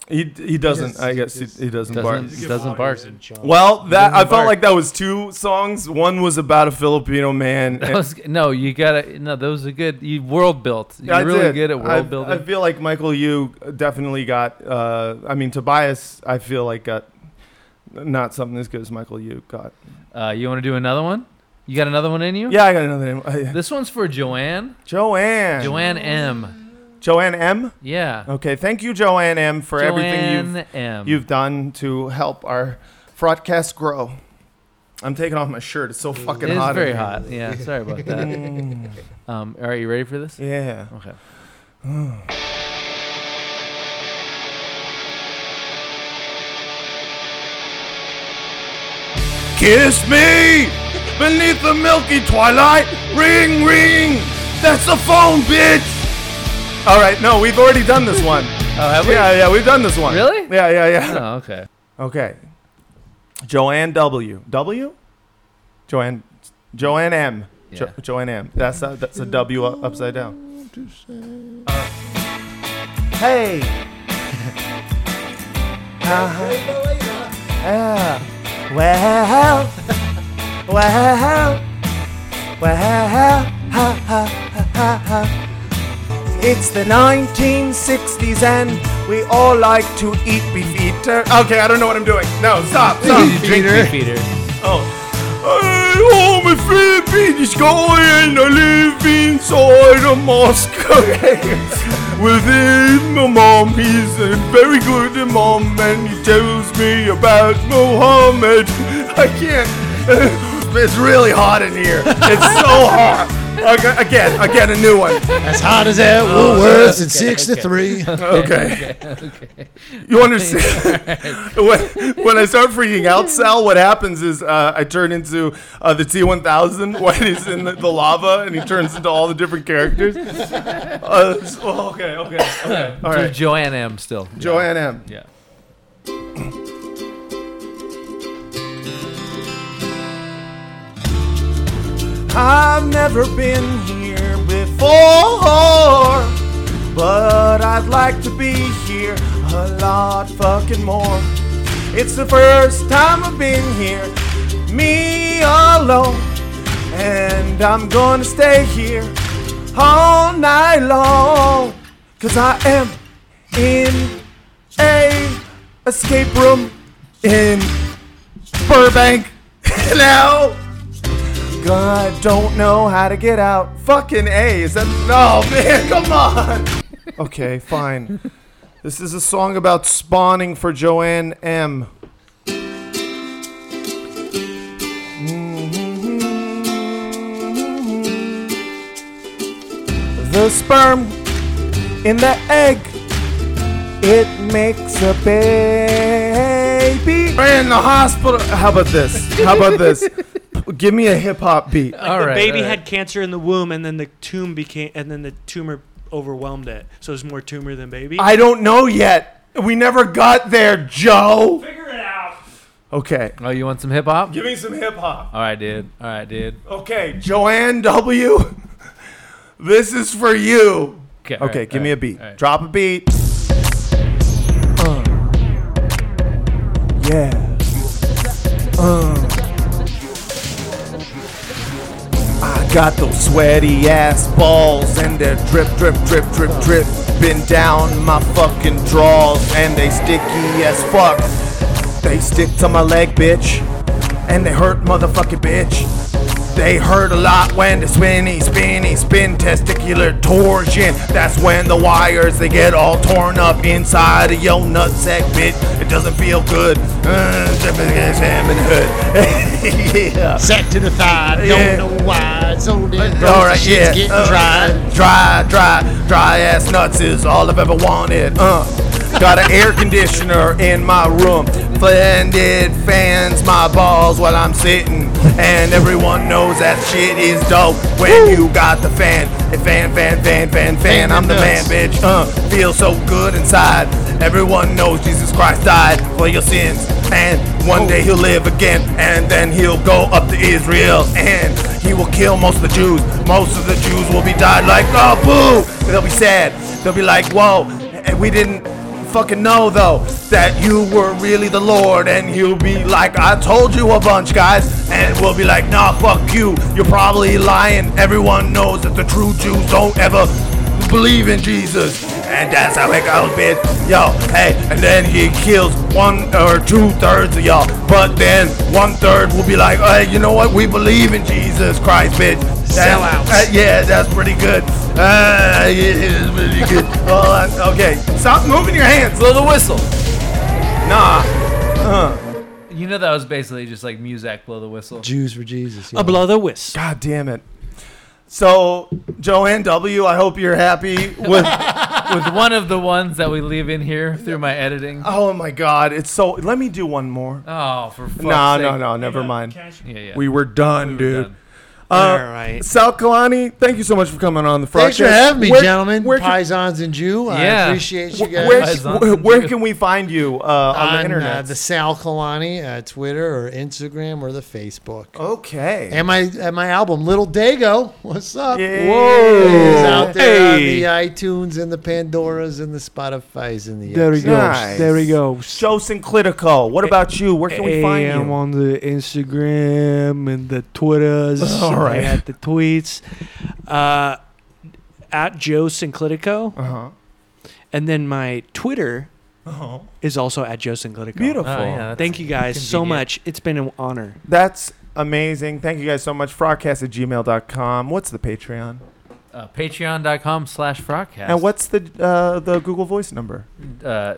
He, he doesn't, I guess he, doesn't, Doesn't doesn't bark. Well, that I felt like that was two songs. One was about a Filipino man. That was, no, you gotta. No, those are good. You world built. You're I really did. good at world I, building. I feel like Michael Yu definitely got. Uh, I mean, Tobias. I feel like got not something as good as Michael Yu got. Uh, you want to do another one? You got another one in you? Yeah, I got another name. Uh, This one's for Joanne. Joanne. [LAUGHS] Joanne M. Joanne M. Yeah. Okay, thank you, Joanne M. Oh, For everything Joanne you've M. you've done to help our broadcast grow. I'm taking off my shirt. It's so fucking it is hot. in very here. hot. Yeah. Sorry about that. [LAUGHS] um, all right, you ready for this? Yeah. Okay. Kiss me beneath the milky twilight. Ring, ring. That's the phone, bitch. All right, no, we've already done this [LAUGHS] one. Oh, have we? yeah, yeah, we've done this one. Really? Yeah, yeah, yeah. Oh, okay. Okay. Joanne W. W? Joanne. Joanne M. Jo- Yeah. Joanne M. That's a, that's a [LAUGHS] W u- upside down. Uh, hey. Uh-huh. Well, [LAUGHS] well, well, ha, ha, ha, ha, ha. It's the 1960s and we all like to eat beef eater. Okay, I don't know what I'm doing. No, stop, stop. You drink beef eater. Oh. I'm a Philippines guy and I live inside a mosque. [LAUGHS] Within my mom, he's a very good mom and he tells me about Mohammed. I can't. [LAUGHS] It's really hot in here. It's so hot. Aga- Again, again, a new one. As hot as that, Oh, Woolworths at six [LAUGHS] to three. [LAUGHS] Okay. [LAUGHS] You understand? when, when I start freaking out, Sal, what happens is uh, I turn into uh, the T1000 [LAUGHS] when he's in the, the lava and he turns into all the different [LAUGHS] characters. Uh, s- oh, okay, okay, okay. All Right. right. Joanne M. Still. Joanne M. Yeah. I've never been here before, but I'd like to be here a lot fucking more. It's the first time I've been here, me alone, and I'm gonna stay here all night long, cause I am in a escape room in Burbank [LAUGHS] now. God, I don't know how to get out. Fucking A, is that. No, man, [LAUGHS] come on! Okay, fine. This is a song about spawning for Joanne M. Mm-hmm. The sperm in the egg, it makes a baby. We're in the hospital. How about this? How about this? Give me a hip hop beat. Like the right, baby all right. had cancer in the womb, and then the tomb became, and then the tumor overwhelmed it. So it's more tumor than baby. I don't know yet. We never got there, Joe. figure it out. Okay. Oh, you want some hip hop? Give me some hip hop. All right, dude. All right, dude. Okay, Joanne W. [LAUGHS] This is for you. Okay. all Okay, right, give all me a right, beat. all right. Drop a beat. Uh. Yeah. Uh. I got those sweaty ass balls and they're drip, drip, drip, drip, drip. Been down my fucking drawers and they sticky as fuck. They stick to my leg, bitch. And they hurt, motherfucking bitch. They hurt a lot when they spinny, spinny, spin testicular torsion. That's when the wires they get all torn up inside of your nutsack, bitch. It doesn't feel good. Uh, [LAUGHS] yeah. Set to the thigh. Don't Yeah. know why. It's only All right, shit's yeah. getting uh, dry. Dry, dry, dry ass nuts is all I've ever wanted. Uh, got an air conditioner in my room, and it fans my balls while I'm sitting. And everyone knows that shit is dope when you got the fan. It fan, fan, fan, fan, fan. I'm the man, nuts. bitch. Uh, feels so good inside. Everyone knows Jesus Christ died for your sins, and one day he'll live again, and then he'll go up to Israel, and he will kill most of the Jews. Most of the Jews will be died like, oh boo! They'll be sad. They'll be like, whoa, and we didn't fucking know though that you were really the Lord, and he'll be like, I told you a bunch, guys, and we'll be like, nah, fuck you. You're probably lying. Everyone knows that the true Jews don't ever believe in Jesus. And that's how it goes, bitch. Yo, hey, and then he kills one or two thirds of y'all. But then one third will be like, hey, you know what? We believe in Jesus Christ, bitch. That- Sellouts. uh, yeah, that's pretty good. Uh, it is pretty [LAUGHS] good. Well, I- okay, stop moving your hands. Blow the whistle. Nah. You know that was basically just like Muzak blow the whistle. Jews for Jesus. A blow the whisk. God damn it. So, Joanne W., I hope [LAUGHS] you're happy with. With one of the ones that we leave in here through my editing. oh my God, it's so. Let me do one more. Oh, for fuck's No, sake. no, no, never mind. Yeah, yeah. We were done, were dude. done. Uh, All right. Sal Kalani, thank you so much for coming on the frog. Thanks for having me, gentlemen. Where, can- Pisons and Jew. I Yeah. appreciate you guys. where, Guys on where- the where internet. can we find you uh, on, the internet? uh, the Sal Kalani, uh, Twitter or Instagram or the Facebook. Oh. okay. And my and my album Little Dago, what's up? Yeah. Whoa, is out there Hey. on the iTunes and the Pandoras and the Spotify's and the. There we Apps. go. Nice. There we go. Joe Sinclitico, what about you? Where can we find Hey, I'm you? on the Instagram and the Twitters. [LAUGHS] All right. and At the tweets, uh, at Joe Sinclitico, Uh-huh. and then my Twitter is also at Joe Sinclitico. Beautiful. Oh, yeah, that's Thank you guys so convenient. much. It's been an honor. That's amazing. Thank you guys so much. Frogcast at gmail.com. What's the Patreon? Uh, Patreon.com slash Frogcast. And what's the uh, the Google Voice number? Uh,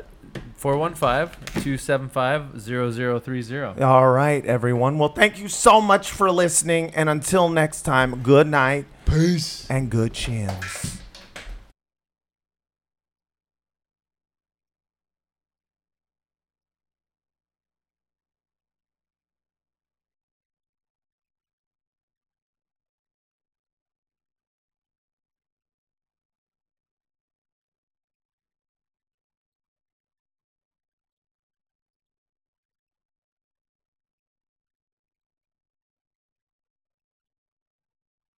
415-275-0030. All right, everyone. Well, thank you so much for listening. And until next time, good night Peace. and good chins.